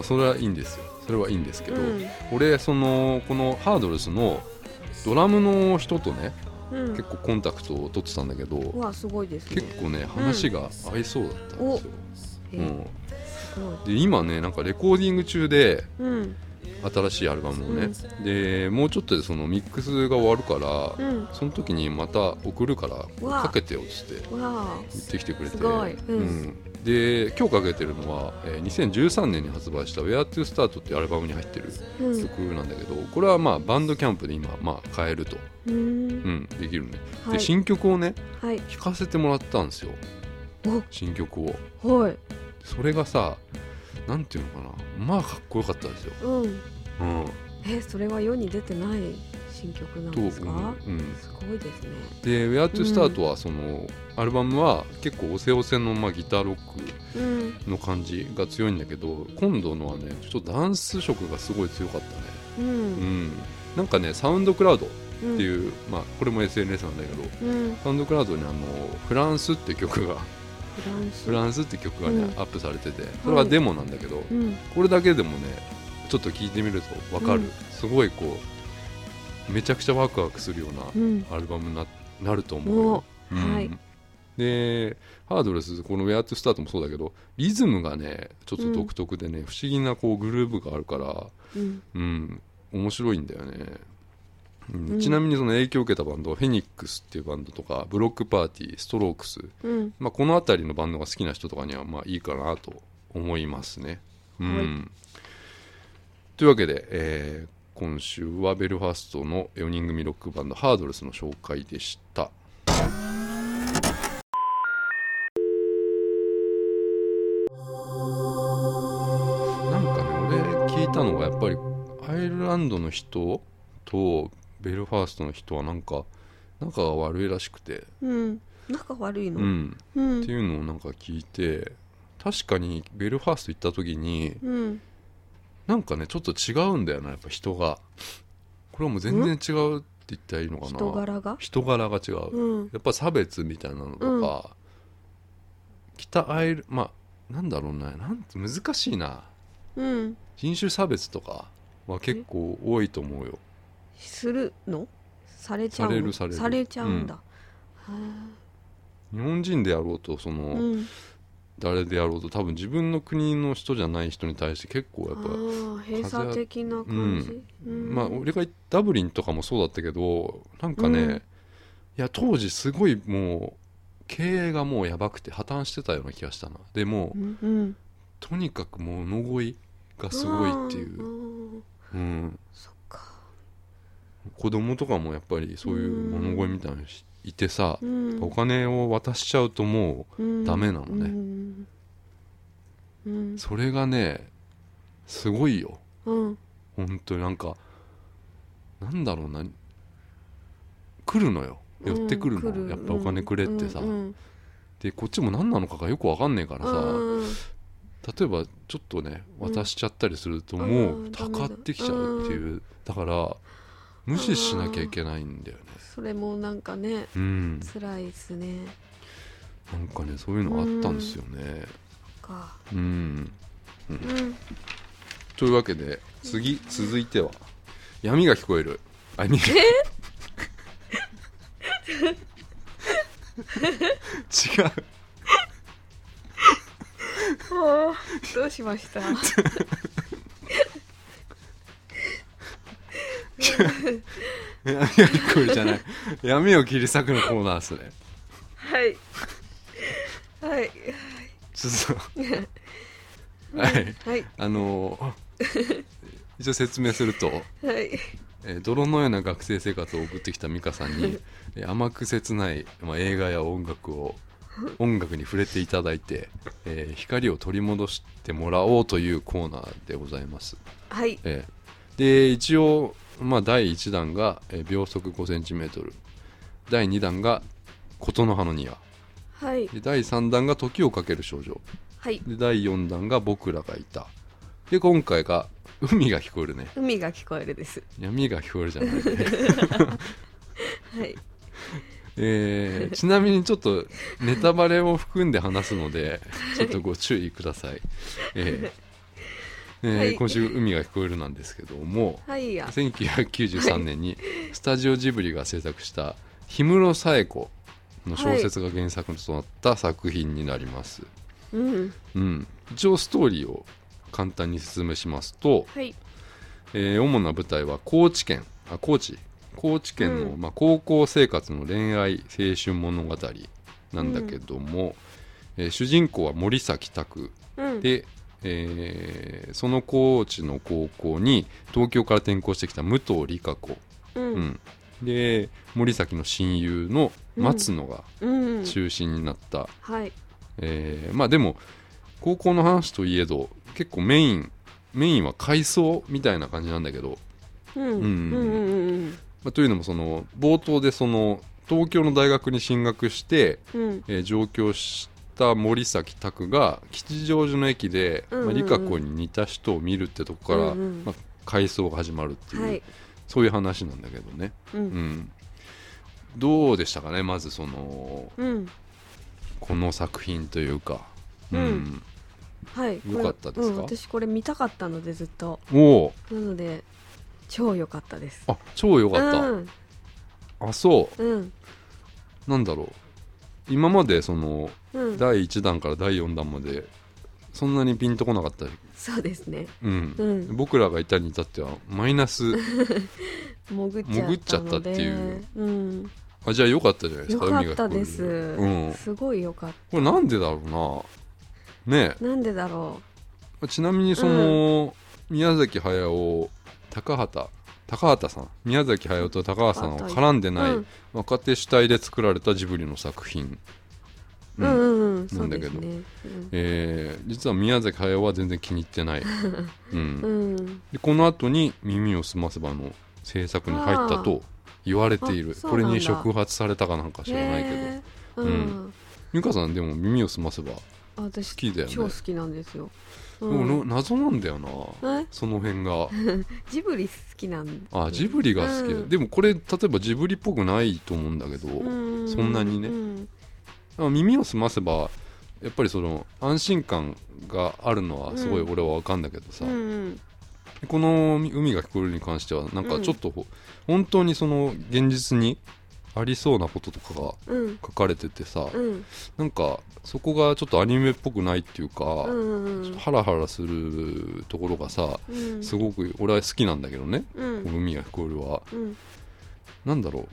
S1: あそれはいいんですよそれはいいんですけど、
S2: うん
S1: 俺そのこのハードルスのドラムの人とね
S2: うん
S1: 結構コンタクトを取ってたんだけど、
S2: うわすごいですね
S1: 結構ね話が合いそうだったんですよ、
S2: え
S1: うん
S2: ーすごい
S1: で今ねなんかレコーディング中で
S2: うん
S1: 新しいアルバムをね、でもうちょっとでそのミックスが終わるから、
S2: うん
S1: その時にまた送るから
S2: わあ
S1: かけてよっつって
S2: わあ
S1: 言ってきてくれて
S2: すごいうん
S1: うんで今日かけてるのは、えー2013年に発売した「Where to Start」っていうアルバムに入ってる
S2: うんう
S1: 曲なんだけどこれはまあバンドキャンプで今、まあ、買えると、う
S2: ー
S1: んん、できるね、
S2: は
S1: で
S2: い
S1: 新曲をね
S2: はい
S1: 聴かせてもらったんですよ
S2: お
S1: 新曲を
S2: はい
S1: それがさなんていうのかなまあかっこよかったですよ、
S2: うん
S1: うん、
S2: えそれは世に出てない新曲なん
S1: と
S2: です
S1: 思
S2: か
S1: う、うん、
S2: すごいですね
S1: で「Where to Start」はその、アルバムは結構おせおせの、まあ、ギターロック
S2: うん
S1: の感じが強いんだけど今度のはねちょっとダンス色がすごい強かったね、
S2: う
S1: うんん、なんかねサウンドクラウドっ
S2: うん
S1: ていう、まあ、これも SNS なんだけど
S2: うん
S1: サウンドクラウドにあの「フランス」って曲が
S2: フラ
S1: 「
S2: ンス
S1: フランス」って曲がね、
S2: うん
S1: アップされててこれはデモなんだけど、
S2: うん
S1: これだけでもねちょっと聞いてみるとわかる、
S2: うん
S1: すごいこうめちゃくちゃワクワクするような
S2: うん
S1: アルバムにななると思う
S2: も
S1: よ。
S2: う
S1: うん
S2: はい
S1: でハードレスこの「ウェア・トゥ・スタート」もそうだけどリズムがねちょっと独特でね、不思議なこうグルーヴがあるから、
S2: うん
S1: うん、面白いんだよね、うん
S2: うん
S1: ちなみにその影響を受けたバンドフェニックスっていうバンドとかブロックパーティーストロークス、
S2: うん
S1: まあ、この辺りのバンドが好きな人とかにはまあいいかなと思いますね、うん
S2: は
S1: というわけで、えー今週はベルファストの4人組ロックバンドハードレスの紹介でしたなんかね俺聞いたのがやっぱりアイルランドの人とベルファーストの人はなんか仲が悪いらしくて、
S2: うん仲悪いの
S1: うん、
S2: うん
S1: っていうのをなんか聞いて確かにベルファースト行った時に
S2: うん
S1: なんかねちょっと違うんだよなやっぱ人がこれはもう全然違うって言ったらいいのかな
S2: 人柄が
S1: 人柄が違う、
S2: うん
S1: やっぱ差別みたいなのとか、北アイルまあなんだろうななんて難しいな
S2: うん
S1: 人種差別とかは結構多いと思うよ
S2: するのされちゃうの
S1: されるされる
S2: ちゃうんだ、
S1: 日本人でやろうとその、
S2: へーうん
S1: 誰でやろうと多分自分の国の人じゃない人に対して結構やっぱ、
S2: ああ閉鎖的な感じ、うん
S1: まあ俺がダブリンとかもそうだったけどなんかね、
S2: うん
S1: いや当時すごいもう経営がもうやばくて破綻してたような気がしたなでも
S2: う
S1: うん
S2: うん
S1: とにかくもう物乞いがすごいっていう、
S2: う
S1: うん、
S2: そっか
S1: 子供とかもやっぱりそういう物乞いみたいなのしいてさ、
S2: うん
S1: お金を渡しちゃうともダメなのね
S2: ねうん
S1: うそれがねすごいよ
S2: うん
S1: 本当になんかなんだろうな来るのよ寄ってくるの、
S2: うん
S1: やっぱお金くれってさ、
S2: うんうん
S1: でこっちも何なのかがよくわかんねえからさ、
S2: うん
S1: 例えばちょっとね
S2: うん
S1: 渡しちゃったりすると
S2: う
S1: も
S2: ん
S1: う
S2: ダ
S1: た
S2: メだ
S1: かってきちゃうっていう、だから無視しなきゃいけないんだよね
S2: それもなんかね
S1: うん
S2: 辛いですね
S1: なんかねそういうのあったんですよね
S2: か
S1: うん、
S2: うん
S1: というわけで次続いては闇が聞こえるあに違う
S2: あーどうしました
S1: 闇が聞こえるじゃない闇を切り裂くのコーナーですね
S2: はいはい
S1: ちょっ とはい
S2: はい
S1: あのー一応説明すると、
S2: はい
S1: えー泥のような学生生活を送ってきた美香さんに、えー甘く切ない、まあ、映画や音楽を音楽に触れていただいて、えー光を取り戻してもらおうというコーナーでございます。
S2: はい
S1: えーで一応、まあ、第1弾が、えー秒速 5cm 第2弾が「琴の葉の庭
S2: はい」
S1: で第3弾が「時をかける少女」
S2: はい
S1: で第4弾が「僕らがいた」で今回が「海が聞こえるね
S2: 海が聞こえるです
S1: 闇が聞こえるじゃない、
S2: はい
S1: えーちなみにちょっとネタバレを含んで話すのでちょっとご注意ください、えーえー
S2: はい
S1: 今週「海が聞こえる」なんですけども
S2: はいや
S1: 1993年にスタジオジブリが制作した氷室冴子の小説が原作となった作品になります、
S2: うん
S1: うん、一応ストーリーを簡単に説明しますと、
S2: はい
S1: えー主な舞台は高知県あ高知高知県の、
S2: う
S1: まあ、高校生活の恋愛青春物語なんだけども、えー主人公は森崎拓
S2: うん
S1: で、えーその高知の高校に東京から転校してきた武藤理香子、
S2: う
S1: うんん、で森崎の親友の松野が
S2: うん
S1: 中心になった、
S2: はい
S1: えーまあでも高校の話といえど結構メインメインは回想みたいな感じなんだけど
S2: うんうん
S1: ん
S2: うんうん
S1: まあ、というのもその冒頭でその東京の大学に進学して、
S2: うん
S1: えー上京した森崎拓が吉祥寺の駅で、
S2: うんうん
S1: まあ、理香子に似た人を見るってとこから、
S2: うんうん
S1: まあ、回想が始まるっていう、
S2: はい
S1: そういう話なんだけどね、
S2: う
S1: うんん、どうでしたかねまずその
S2: うん
S1: この作品というか、
S2: うんはいこれ
S1: よかったですか
S2: うん、私これ見たかったのでずっと
S1: うんおお
S2: なので超良かったです
S1: あ超良かった、
S2: うん
S1: あそ
S2: うん
S1: うなんだろう今までその
S2: うん
S1: 第1弾から第4弾までそんなにピンとこなかった、
S2: そうですね
S1: うん
S2: うん
S1: 僕らがいたに至ってはマイナス
S2: 潜っちゃったので
S1: 潜っちゃったっていう、
S2: うん、
S1: あじゃあ良かったじゃないです
S2: 良
S1: か
S2: か
S1: 海
S2: っ
S1: が
S2: た
S1: 聞こえ
S2: で
S1: る
S2: す、
S1: うん、こ
S2: すごい良かっ
S1: れなんでだろうなね
S2: たなんでだろ
S1: えちなみにその、宮崎駿高畑高畑さん宮崎駿と高畑さんは絡んで
S2: う、
S1: ない
S2: うん
S1: 若手主体で作られたジブリの作品、
S2: う
S1: うん
S2: んうんうん
S1: な
S2: そ
S1: ん
S2: う
S1: だ
S2: で
S1: け
S2: す
S1: ど
S2: ね
S1: えー実は宮崎駿は全然気に入って ない、うん
S2: うん、うん、
S1: でこの後に「耳をすませば」の制作に入ったと言われている
S2: あそう
S1: これ
S2: なんだ
S1: に触発されたかなんか知らないけど
S2: へーう、
S1: うん美香さんでも「耳をすませば」
S2: あ私
S1: 好きだよね
S2: 超好きなんですよ、う
S1: でも
S2: ん
S1: な謎なんだよな
S2: え
S1: その辺 が
S2: ジブリ好きなん
S1: あジブリが好きだ、
S2: うん
S1: でもこれ例えばジブリっぽくないと思うんだけど、
S2: うん
S1: そんなにね
S2: うん
S1: あ耳をすませばやっぱりその安心感があるのはすごい俺は分かんだけどさ、
S2: うんうん
S1: でこの海「海が聞こえる」に関してはなんかちょっと、本当にその現実にありそうなこととかが
S2: うん
S1: 書かれててさ、
S2: うん
S1: なんかそこがちょっとアニメっぽくないっていうか、
S2: うんうん
S1: ちょっとハラハラするところがさ
S2: うん
S1: すごく俺は好きなんだけどね「
S2: う
S1: この
S2: ん
S1: 海が聞こえるは」
S2: うん
S1: なんだろ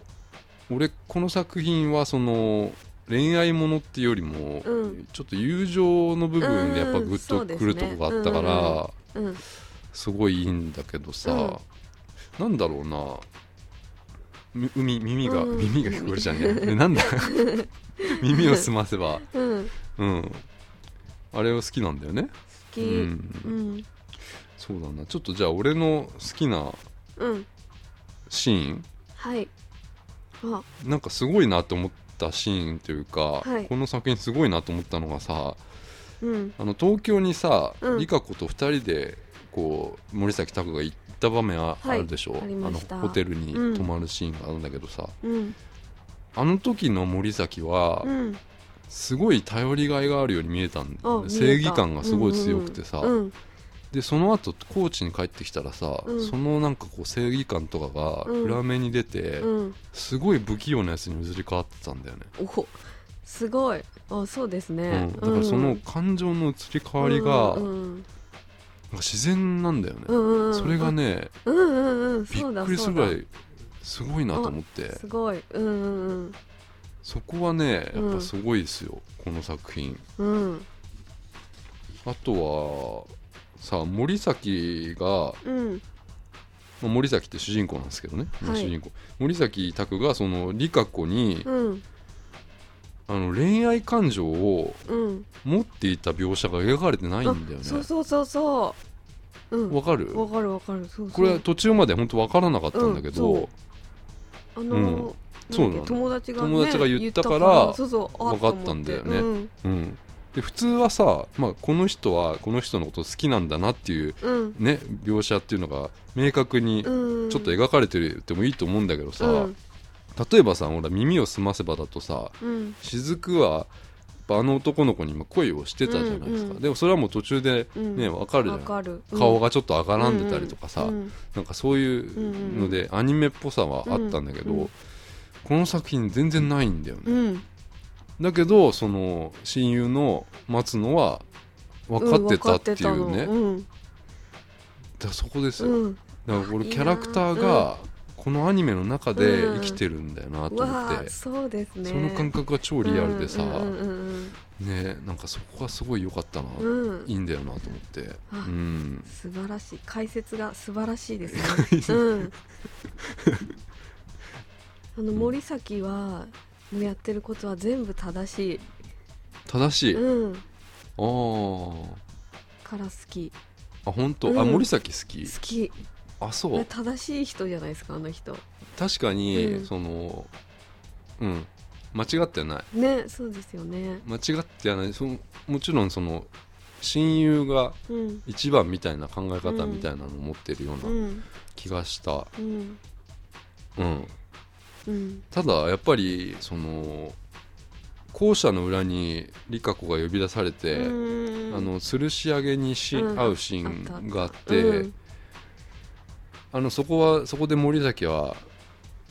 S1: う俺この作品はその恋愛ものっていうよりも、
S2: うん
S1: ちょっと友情の部分でやっぱ
S2: うんうん
S1: グッとくるとこがあったか
S2: そうですねうんう
S1: ら
S2: うん
S1: すごいいいんだけどさ、なんだろうなみ海耳が、
S2: うん
S1: 耳が聞こえるじゃんねええなんだ 耳を澄ませば
S2: うん好
S1: うん。あれは好きなんだよね。
S2: き
S1: う。
S2: うんん
S1: そうだな。ちょっとじゃあ俺の好きな
S2: うん
S1: シーン、
S2: はいあ
S1: なんかすごいなと思ったシーンというか、
S2: はい
S1: この作品すごいなと思ったのがさ、
S2: うん
S1: あの東京にさ、
S2: うん
S1: 理香子と二人でこう森崎拓が行った場面あ,、
S2: はい
S1: るでしょ
S2: ありました
S1: のホテルに泊まるシーンがあるんだけどさ、
S2: うん
S1: あの時の森崎は
S2: うん
S1: すごい頼りがいがあるように見えたんだよ
S2: あ
S1: ね
S2: 見えた
S1: 正義感がすごい強くてさ、
S2: うん
S1: でその後高知に帰ってきたらさ、
S2: うん
S1: そのなんかこう正義感とかが
S2: うん
S1: 裏目に出て、
S2: うんうん
S1: すごい不器用なやつに移り変わってたんだよね、
S2: おすごいあそうです
S1: うん
S2: ね、
S1: だからその感情の移り変わりが、
S2: うん
S1: なんか自然なんだよね、
S2: うんうんうん
S1: それがね
S2: うんうんうん
S1: び
S2: そうだ
S1: っくりするぐら
S2: そう
S1: いすごいなと思って
S2: だすごいうんうん
S1: そこはねや
S2: うん
S1: っぱすごいですよ、この作品
S2: うんうん
S1: あとはさ森崎が
S2: うん
S1: まあ森崎って主人公なんですけどね、
S2: はい
S1: 主人公森崎拓がその理香子に、
S2: うん
S1: あの恋愛感情を
S2: うん
S1: 持っていた描写が描かれてないんだよね
S2: あそうそうそうそううん
S1: わかる
S2: わかるわかるそうそう
S1: これは途中まで本当わからなかったんだけど、
S2: うんそあのー
S1: うんそうな
S2: なんだ
S1: の
S2: っけ友達がね
S1: 友達が言ったから
S2: 言そうそうあ
S1: わかったんだよね
S2: と思って
S1: うんで普通はさ、まあ、この人はこの人のこと好きなんだなっていう、
S2: うん
S1: ね、描写っていうのが明確にちょ
S2: うんうん
S1: っと描かれてるってもいいと思うんだけどさ、
S2: うん
S1: 例えばさほら耳を澄ませばだとさ
S2: うん
S1: 雫はあの男の子に今恋をしてたじゃないですか、
S2: うんうん
S1: でもそれはもう途中で、
S2: うん
S1: ねわかるじゃ
S2: わ
S1: ん
S2: かる
S1: 顔
S2: が
S1: がちょっと赤らんでたりとかさ、
S2: うん
S1: なんかそういうのでアニメっぽさはあったんだけど、
S2: うんうん
S1: この作品全然ないんだよね、
S2: うん
S1: だけどその親友の松野は分かってたっていうね、だか
S2: うん
S1: らそこですよ、
S2: うんうん
S1: だからこれ
S2: いい
S1: キ
S2: な
S1: ャラクターがこのアニメの中で生きてるんだよなと思っ
S2: わ
S1: て、
S2: あそうですね
S1: その感覚が超リアルでさ、
S2: うんうん
S1: ねなんかそこがすごい良かったな、
S2: うんうんうん
S1: いいんだよなと思って、う
S2: あ
S1: ん、
S2: 素晴らしい解説が素晴らしいですね。 うん、あの森崎はのやってることは全部正し
S1: 正し
S2: い、
S1: い、あ
S2: うん、
S1: ー
S2: から好き
S1: あ本当、
S2: うん
S1: あ森崎好き
S2: 好き
S1: あそう
S2: 正しい人じゃないですかあの人
S1: 確かに、
S2: うん
S1: そのうん間違ってはない
S2: ねそうですよね
S1: 間違ってはないそのもちろんその親友が
S2: うん
S1: 一番みたいな考え方みたいなのを持ってるよ
S2: う
S1: うなん気がした、
S2: うん
S1: うん、
S2: うん
S1: ただやっぱりその校舎の裏に理香子が呼び出されて、あ
S2: あ
S1: の吊るし上げにし、
S2: うん
S1: 会うシーンがあって、あのそこはそこで森崎は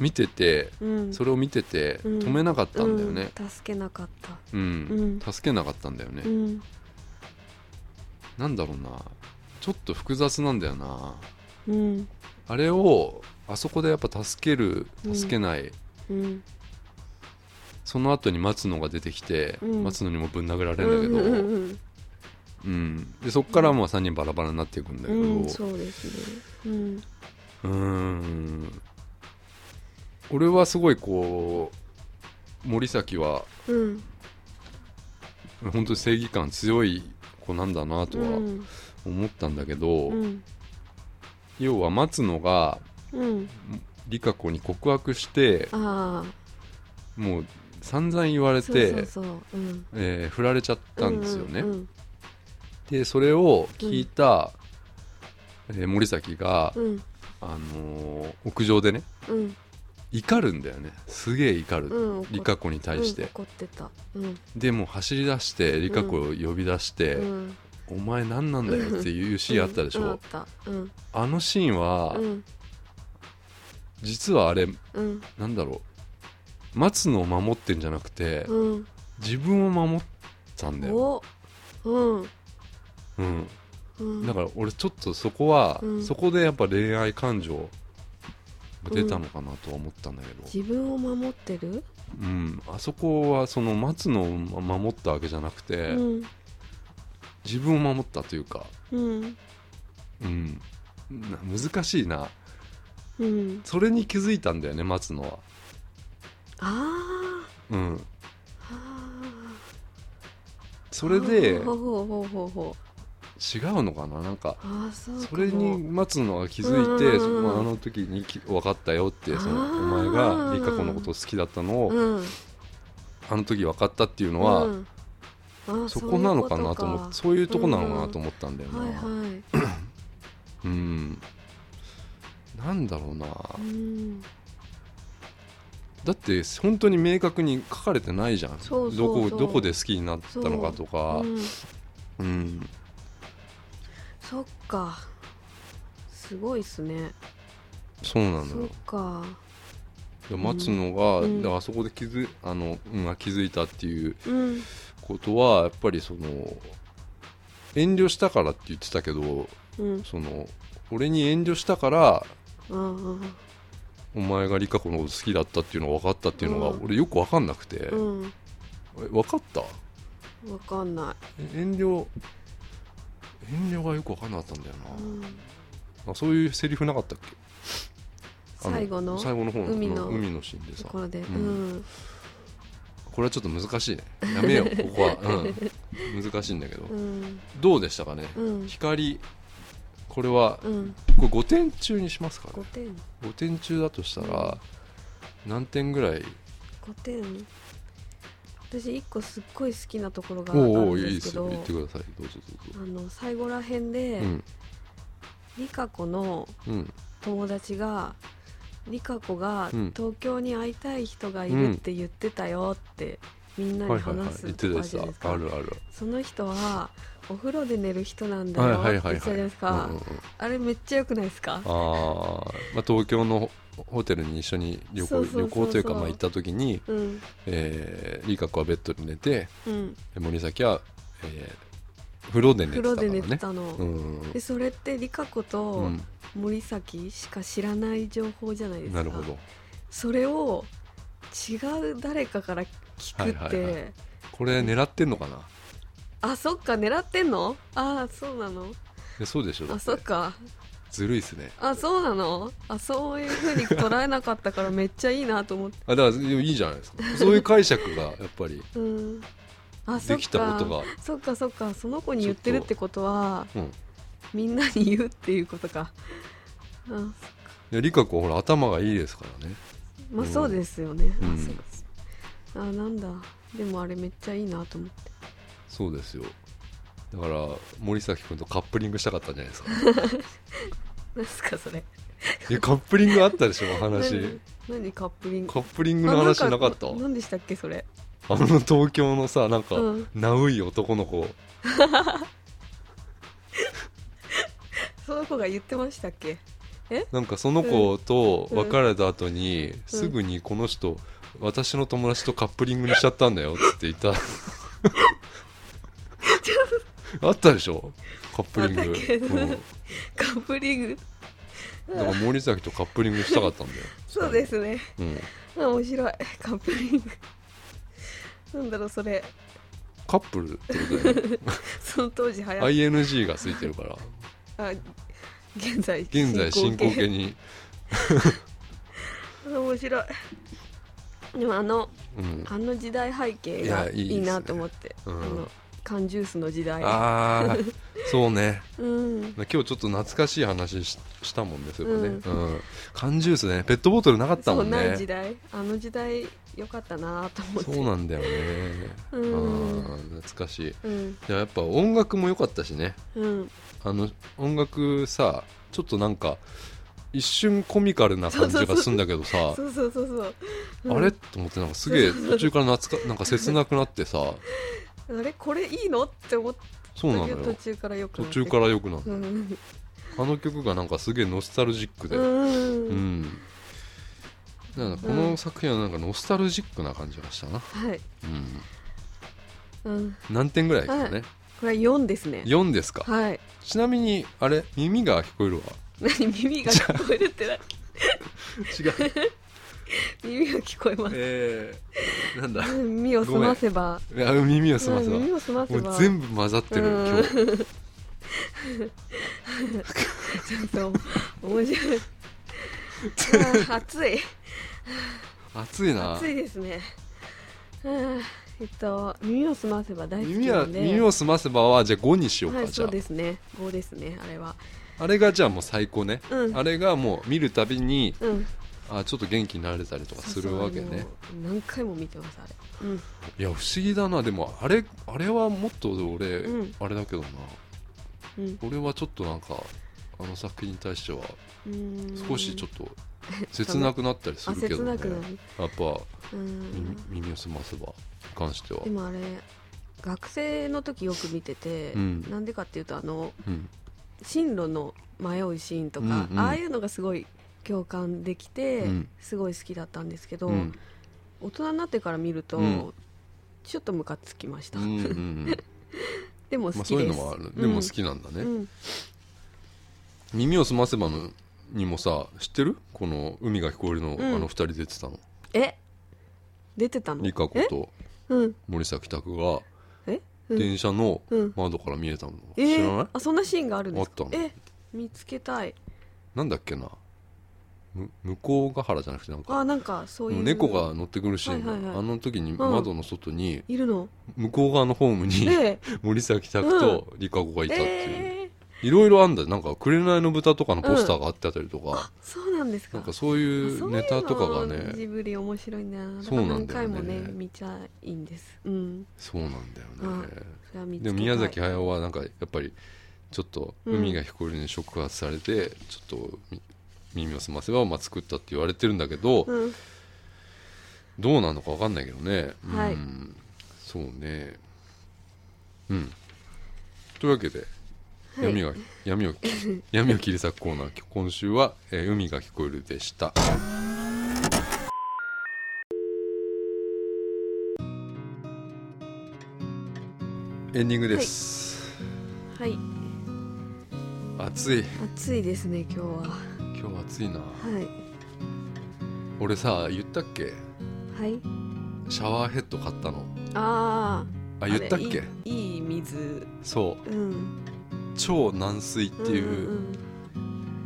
S1: 見ててそ
S2: れ
S1: れを見てて
S2: うん
S1: 止めなかったんだよね、
S2: 助けなかった
S1: うん
S2: うん
S1: 助けなかったんだよね、
S2: うん
S1: なんだろうなちょっと複雑なんだよな
S2: うん
S1: あれをあそこでやっぱ助ける
S2: うん
S1: 助けない、
S2: うん
S1: その後に松野が出てきて、
S2: うん
S1: 松野にもぶん殴られるんだけど、
S2: う
S1: うんん
S2: うん
S1: でそっからもう3人バラバラになっていくんだけ
S2: う
S1: ど、
S2: んうんそうですねうん
S1: うーん俺はすごいこう森崎は
S2: うん
S1: 本当に正義感強い子なんだなと
S2: う
S1: は
S2: ん
S1: 思ったんだけど、
S2: うん
S1: 要は松野が
S2: うん
S1: 理香子に告白して
S2: ああ
S1: もう散々言われて
S2: そうそうそううん
S1: えー振られちゃったんですよね。
S2: うんうん
S1: でそれを聞いた、えー森崎が、
S2: うん
S1: あのー屋上でね
S2: うん
S1: 怒るんだよねすげえ怒る、
S2: うん怒っ
S1: 理香子に対し
S2: うん
S1: て、
S2: 怒ってたうん
S1: でもう走り出して理香子を呼び出して「
S2: うん
S1: お前何なんだよ」っていうシーンあったでしょ、
S2: うんうんあったうん
S1: あのシーンは、
S2: うん
S1: 実はあれ
S2: うん
S1: なんだろう松野を守ってんじゃなくて、
S2: うん
S1: 自分を守ったんだよ、
S2: おうん
S1: うん、
S2: うん
S1: だから俺ちょっとそこは、
S2: うん
S1: そこでやっぱ恋愛感情が出たのかなとは思ったんだけど、
S2: 自分を守ってる
S1: うんあそこはその松野を守ったわけじゃなくて、
S2: うん
S1: 自分を守ったというか、
S2: うん
S1: うん、な難しいな
S2: うん
S1: それに気づいたんだよね松野は、
S2: あ
S1: うん、
S2: ーあ
S1: それで違う
S2: ほうほうほうほうほう
S1: のかななんか
S2: ああそうかも
S1: それに松野が気づいて、
S2: うんうんうん
S1: そまああの時にき分かったよってその
S2: あー
S1: お前が理香子のことを好きだったのを、
S2: うん
S1: あの時分かったっていうのは、
S2: うんあ
S1: そこなのかなと思って
S2: そ
S1: そういうとこなのかなと思ったんだよな、う
S2: うい
S1: ん
S2: うことかはいはい
S1: なんだろうな
S2: うん
S1: だって本当に明確に書かれてないじゃん
S2: そうそうそ
S1: ど
S2: う
S1: こどこで好きになったのかとか
S2: うん
S1: うん、
S2: そっかすごいっすね
S1: そうなの
S2: そ
S1: よ
S2: っか
S1: で松野が、
S2: うん
S1: であそこで気づあの、うん、あ気づいたっていう
S2: うん
S1: ことはやっぱりその遠慮したからって言ってたけど
S2: うん
S1: その俺に遠慮したから
S2: うんうん
S1: お前が理香子のこと好きだったっていうのが分かったっていうのが、
S2: うん
S1: 俺よく分かんなくて、
S2: うん
S1: え分かった
S2: わかんな
S1: え遠慮遠慮がよく分かんなかったんだよ
S2: い、うん
S1: なあそういうセリフなかったっけあ
S2: 最後の
S1: 最後の方の
S2: 海
S1: 海
S2: の
S1: の海のシーンで
S2: と
S1: さ
S2: ころで
S1: う
S2: うんん
S1: これはちょっと難しいねやめ ようここは、うん、難しいんだけど、
S2: うん
S1: どうでしたかね、
S2: うん
S1: 光これは
S2: うん
S1: これ5点中にしますか
S2: 5
S1: ね
S2: 点
S1: 5点中だとしたら何点ぐらい
S2: 5点私1個すっごい好きなところがあ
S1: おう
S2: る
S1: お
S2: ん
S1: うい
S2: で
S1: いです
S2: け
S1: すよ
S2: ど
S1: 言ってくださいどうぞどうぞ
S2: あの最後らへんで、
S1: うん
S2: リカ子の
S1: うん
S2: 友達がリカ子が
S1: うん
S2: 東京に会いたい人がいるって言ってたよってみんな
S1: は
S2: に
S1: いはいはい
S2: 話
S1: 言
S2: す
S1: ってたや
S2: とこあるじ
S1: つ
S2: ゃ
S1: だ
S2: ないですか、
S1: あるある
S2: その人はお風呂で寝る人なんだ
S1: はい
S2: よっ
S1: は
S2: て
S1: いはい
S2: 言ってたじ
S1: は
S2: ゃ
S1: い
S2: ないです
S1: う
S2: か
S1: んうんうん
S2: あれめっちゃ良くないですか
S1: あー、まあ東京のホテルに一緒に旅
S2: そう
S1: 行
S2: そうそう
S1: 旅行というかまあ行った時に、
S2: うん
S1: えー、リカ子はベッドで寝て
S2: うん
S1: 森崎は、えー、風呂で寝て
S2: 風
S1: たか
S2: 呂
S1: ら
S2: で寝て
S1: ね
S2: たの、
S1: うんうん
S2: でそれってリカ子
S1: う
S2: と
S1: ん、
S2: 森崎しか知らない情報じゃないですか
S1: なるほど
S2: それを違う誰かから聞くって、
S1: はいはいこれ狙ってんのかな
S2: あそっか狙ってんのあそうなの
S1: えそうでしょだ
S2: あ
S1: って
S2: そっか
S1: ずるいっすね
S2: あそうなのあそういうふうに捉えなかったからめっちゃいいなと思って
S1: あだからいいじゃないですかそういう解釈がやっぱり
S2: うんあそ
S1: で
S2: っ
S1: きた
S2: か
S1: ことが
S2: そっかそっかその子に言ってるってことは
S1: うん
S2: みんなに言うっていうことかあそっか
S1: いで理香子はほら頭がいいですからね
S2: まあそうですよね、
S1: うん
S2: あそうですあなんだでもあれめっちゃいいなと思 って
S1: そうですよだから森崎君とカップリングしたかったんじゃないですか
S2: 何すかそれ
S1: えカップリングあったでしょお話
S2: 何何カップリング
S1: カップリングの話なかった
S2: 何でしたっけそれ
S1: あの東京のさなんか、
S2: うん
S1: ナウい男の子
S2: その子が言ってましたっけ
S1: なんかその子と
S2: うん
S1: 別れた後に、すぐにこの人私の友達とカップリングにしちゃったんだよっつって言ったあったでしょカップリン
S2: あったけど
S1: グ、うん、だ
S2: カップリング
S1: から森崎とカップリングしたかったんだよ
S2: そうで、すね
S1: うん、
S2: あ面白い カップリングなんだろうそれ
S1: カップルってことだよね
S2: その当時流行っ
S1: ING がついてるから
S2: あ現在
S1: 現在進行形に、
S2: あ 面白いでもあの
S1: うん、
S2: あの時代背景が
S1: いやいいですね
S2: いいなと思って
S1: うん
S2: あの缶ジュースの時代
S1: ああそうね
S2: うん
S1: 今日ちょっと懐かしい話ししたもんですよね、
S2: う
S1: うん、缶ジュースねペットボトルなかった
S2: そ
S1: も
S2: うんない時
S1: ね
S2: 代あの時代良かったなと思って
S1: そうなんだよね
S2: うん
S1: あー懐かしいい
S2: うん
S1: ややっぱ音楽も良かったしね
S2: うん
S1: あの音楽さちょっとなんか一瞬コミカルな感じがするんだけどさ
S2: そうそうそうそううん
S1: あれと思ってなんかすげえ途中から懐かなんか切なくなってさ
S2: あれこれいいのって思った
S1: そうなの
S2: けど途
S1: よ
S2: 中からよく
S1: 途
S2: なって
S1: 中から良くなる
S2: うん
S1: あの曲がなんかすげえノスタルジックで、
S2: う
S1: うんなんかこの作品はなんかノスタルジックな感じがしたな、
S2: はい
S1: うん、
S2: うん
S1: 何点ぐらいですかね、
S2: これは4ですね
S1: 4ですか、
S2: はい
S1: ちなみにあれ耳が聞こえるわ
S2: 何耳が聞こえるっ てな
S1: 違う
S2: 耳が聞こえます
S1: えー、なんだ
S2: 耳を澄ませば
S1: いや耳を澄ませば
S2: うん耳を澄ませ
S1: も
S2: ば
S1: う全部混ざってる
S2: うん
S1: 今日
S2: ちょっと 面白いあー暑い
S1: 暑いな
S2: 暑いですねあーえっと耳を澄ませば大好き
S1: 耳
S2: な
S1: は
S2: んで
S1: 耳を澄ませばはじゃあ5にしようか、
S2: はい
S1: じ
S2: そ
S1: ゃ
S2: うですね5ですねあれは
S1: ああれがじゃあもう最高ね、
S2: うん
S1: あれがもう見るたびに
S2: うん
S1: あちょっと元気になれたりとかするわけね
S2: そうそうもう何回も見てますあれうん
S1: いや不思議だなでもあれあれはもっと俺、
S2: うん
S1: あれだけどな
S2: うん
S1: 俺はちょっとなんかあの作品に対しては
S2: うーん
S1: 少しちょっと切なくなったりす
S2: あ
S1: るけ
S2: 切
S1: どね
S2: なくなる
S1: やっぱ
S2: うー
S1: 耳
S2: ん
S1: 耳を澄ませばに関しては
S2: でもあれ学生の時よく見てて、
S1: うん
S2: なんでかっていうとあの
S1: うん
S2: 進路の迷うシーンとか、
S1: うんうん
S2: ああいうのがすごい共感できて、
S1: うん
S2: すごい好きだったんですけど、
S1: うん
S2: 大人になってから見ると、
S1: うん
S2: ちょっとムカつきまし
S1: う
S2: た、
S1: んうんう ん
S2: でも
S1: ま
S2: 好
S1: あそう
S2: き
S1: い
S2: で
S1: う
S2: す、
S1: のはあるでも好きなんだ
S2: う
S1: ね
S2: ん、うん
S1: 耳を澄ませばのにもさ知ってるこの海が聞こえるの
S2: ん
S1: あの二人出てたの
S2: え出てたの
S1: 理香子
S2: え
S1: と
S2: うん
S1: 森崎拓が
S2: えうん
S1: 電車の
S2: うん
S1: 窓から見えたの
S2: え
S1: 知らない
S2: ー、あそんなシーンがあるんです
S1: あ
S2: か
S1: ったの
S2: え見つけたい
S1: なんだっけなむ向こうヶ原じゃなくてなんか
S2: あなんかそういう
S1: 猫が乗ってくるシーン、
S2: はいはいはい
S1: あの時に窓の外に、
S2: い るの
S1: 向こう側のホームに、
S2: え
S1: 森崎拓とリカ子がい
S2: え
S1: たっていう
S2: えー
S1: いろいろあんだよなんか「紅の豚」とかのポスターがあってあったりとか
S2: あ、そうなんですか
S1: なんかそういうネタとかが
S2: そういうの
S1: ね
S2: ジブリ面白いなだ
S1: そ
S2: か
S1: う
S2: ら
S1: なん
S2: 何
S1: だよ
S2: 回
S1: ね
S2: もね見ちゃいいんですうん
S1: そうなんだよね
S2: それは見
S1: で
S2: つけた
S1: も
S2: い
S1: 宮崎駿はなんかやっぱりちょっと「
S2: うん
S1: 海が聞こえる」に触発されてちょっとみ耳を澄ませばまあ作ったって言われてるんだけど
S2: うん
S1: どうなのか分かんないけどねうん、
S2: はい
S1: そうねうんというわけで
S2: い
S1: 闇が、闇をき 闇を切り裂くコーナーきょ今週は、えー海が聞こえる」でしたエンディングです、
S2: はい
S1: 暑い
S2: 暑いですね今日は
S1: 今日暑いな
S2: はい
S1: 俺さ言ったっけ
S2: はい
S1: シャワーヘッド買ったの
S2: あ
S1: あ
S2: あ
S1: 言ったっけ
S2: あれいいいい水
S1: そ
S2: うん
S1: う超軟水っていう、
S2: うん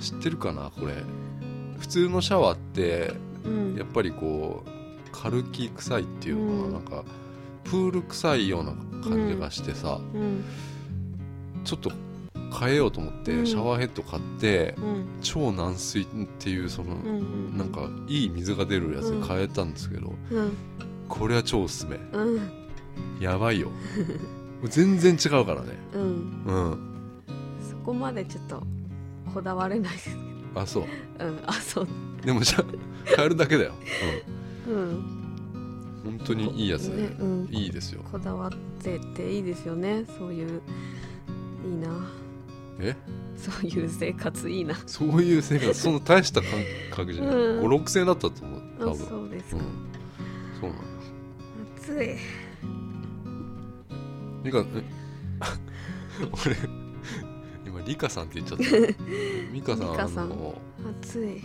S1: 知ってるかなこれ普通のシャワーって
S2: うんうん
S1: やっぱりこう軽き臭いっていうの
S2: うん
S1: がなんかプール臭いような感じがしてさ、
S2: うん
S1: ちょっと変えようと思って、
S2: うん
S1: シャワーヘッド買って
S2: うん
S1: 超軟水っていうその、
S2: うんうん
S1: なんかいい水が出るやつに変えたんですけど、
S2: うん
S1: これは超おすすめ
S2: うん
S1: やばいよもう全然違うからね
S2: うん
S1: うん
S2: そこまでちょっとこだわれない です
S1: あそう
S2: うんあそう
S1: でもじゃ変えるだけだよ、
S2: うん
S1: うん、本当にいいやつで、
S2: ねうん
S1: いいですよ
S2: こだわってていいですよねそういういいな
S1: え
S2: そういう生活いいな
S1: そういう生活そんな大した感覚じゃない、
S2: うん
S1: 5 6千円だったと思う多
S2: あ
S1: 分
S2: そうです
S1: うん
S2: か、
S1: そうなんです
S2: 暑い
S1: リカえ俺今リカさんって言っちゃった ミカさん
S2: リカさん
S1: あの
S2: 暑い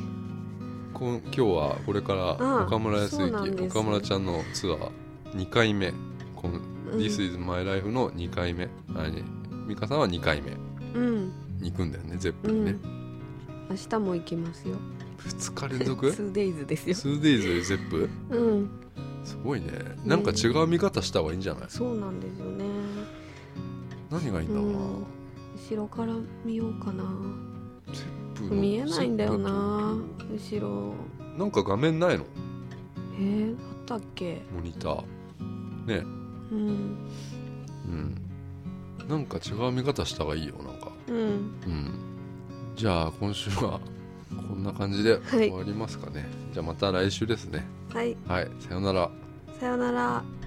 S1: こん今日はこれから
S2: あ
S1: 岡村康
S2: そうなん
S1: 之
S2: です
S1: 岡村ちゃんのツアー2回目この「
S2: うん
S1: This is my life」の2回目あれ美香さんは2回目
S2: うん
S1: に行くんだよねゼップ
S2: う
S1: にね、
S2: ん明日も行きますよ
S1: 2日連 続
S2: 2days ですよ
S1: 2days でゼップ
S2: うん
S1: すごいねなんか違う見方した方がいいんじゃない
S2: そうなんですよね
S1: 何がいいんだろうな、
S2: うん後ろから見ようかな
S1: ゼップの
S2: 見えないんだよな
S1: ゼップ
S2: 後ろ
S1: だとなんか画面ないの
S2: えー、あったっけ
S1: モニターね
S2: うん
S1: うんなんか違う見方した方がいいよなんか
S2: うん
S1: うんじゃあ今週はこんな感じで終わりますかね、じゃあまた来週ですね
S2: はい
S1: はいさようなら
S2: さよなら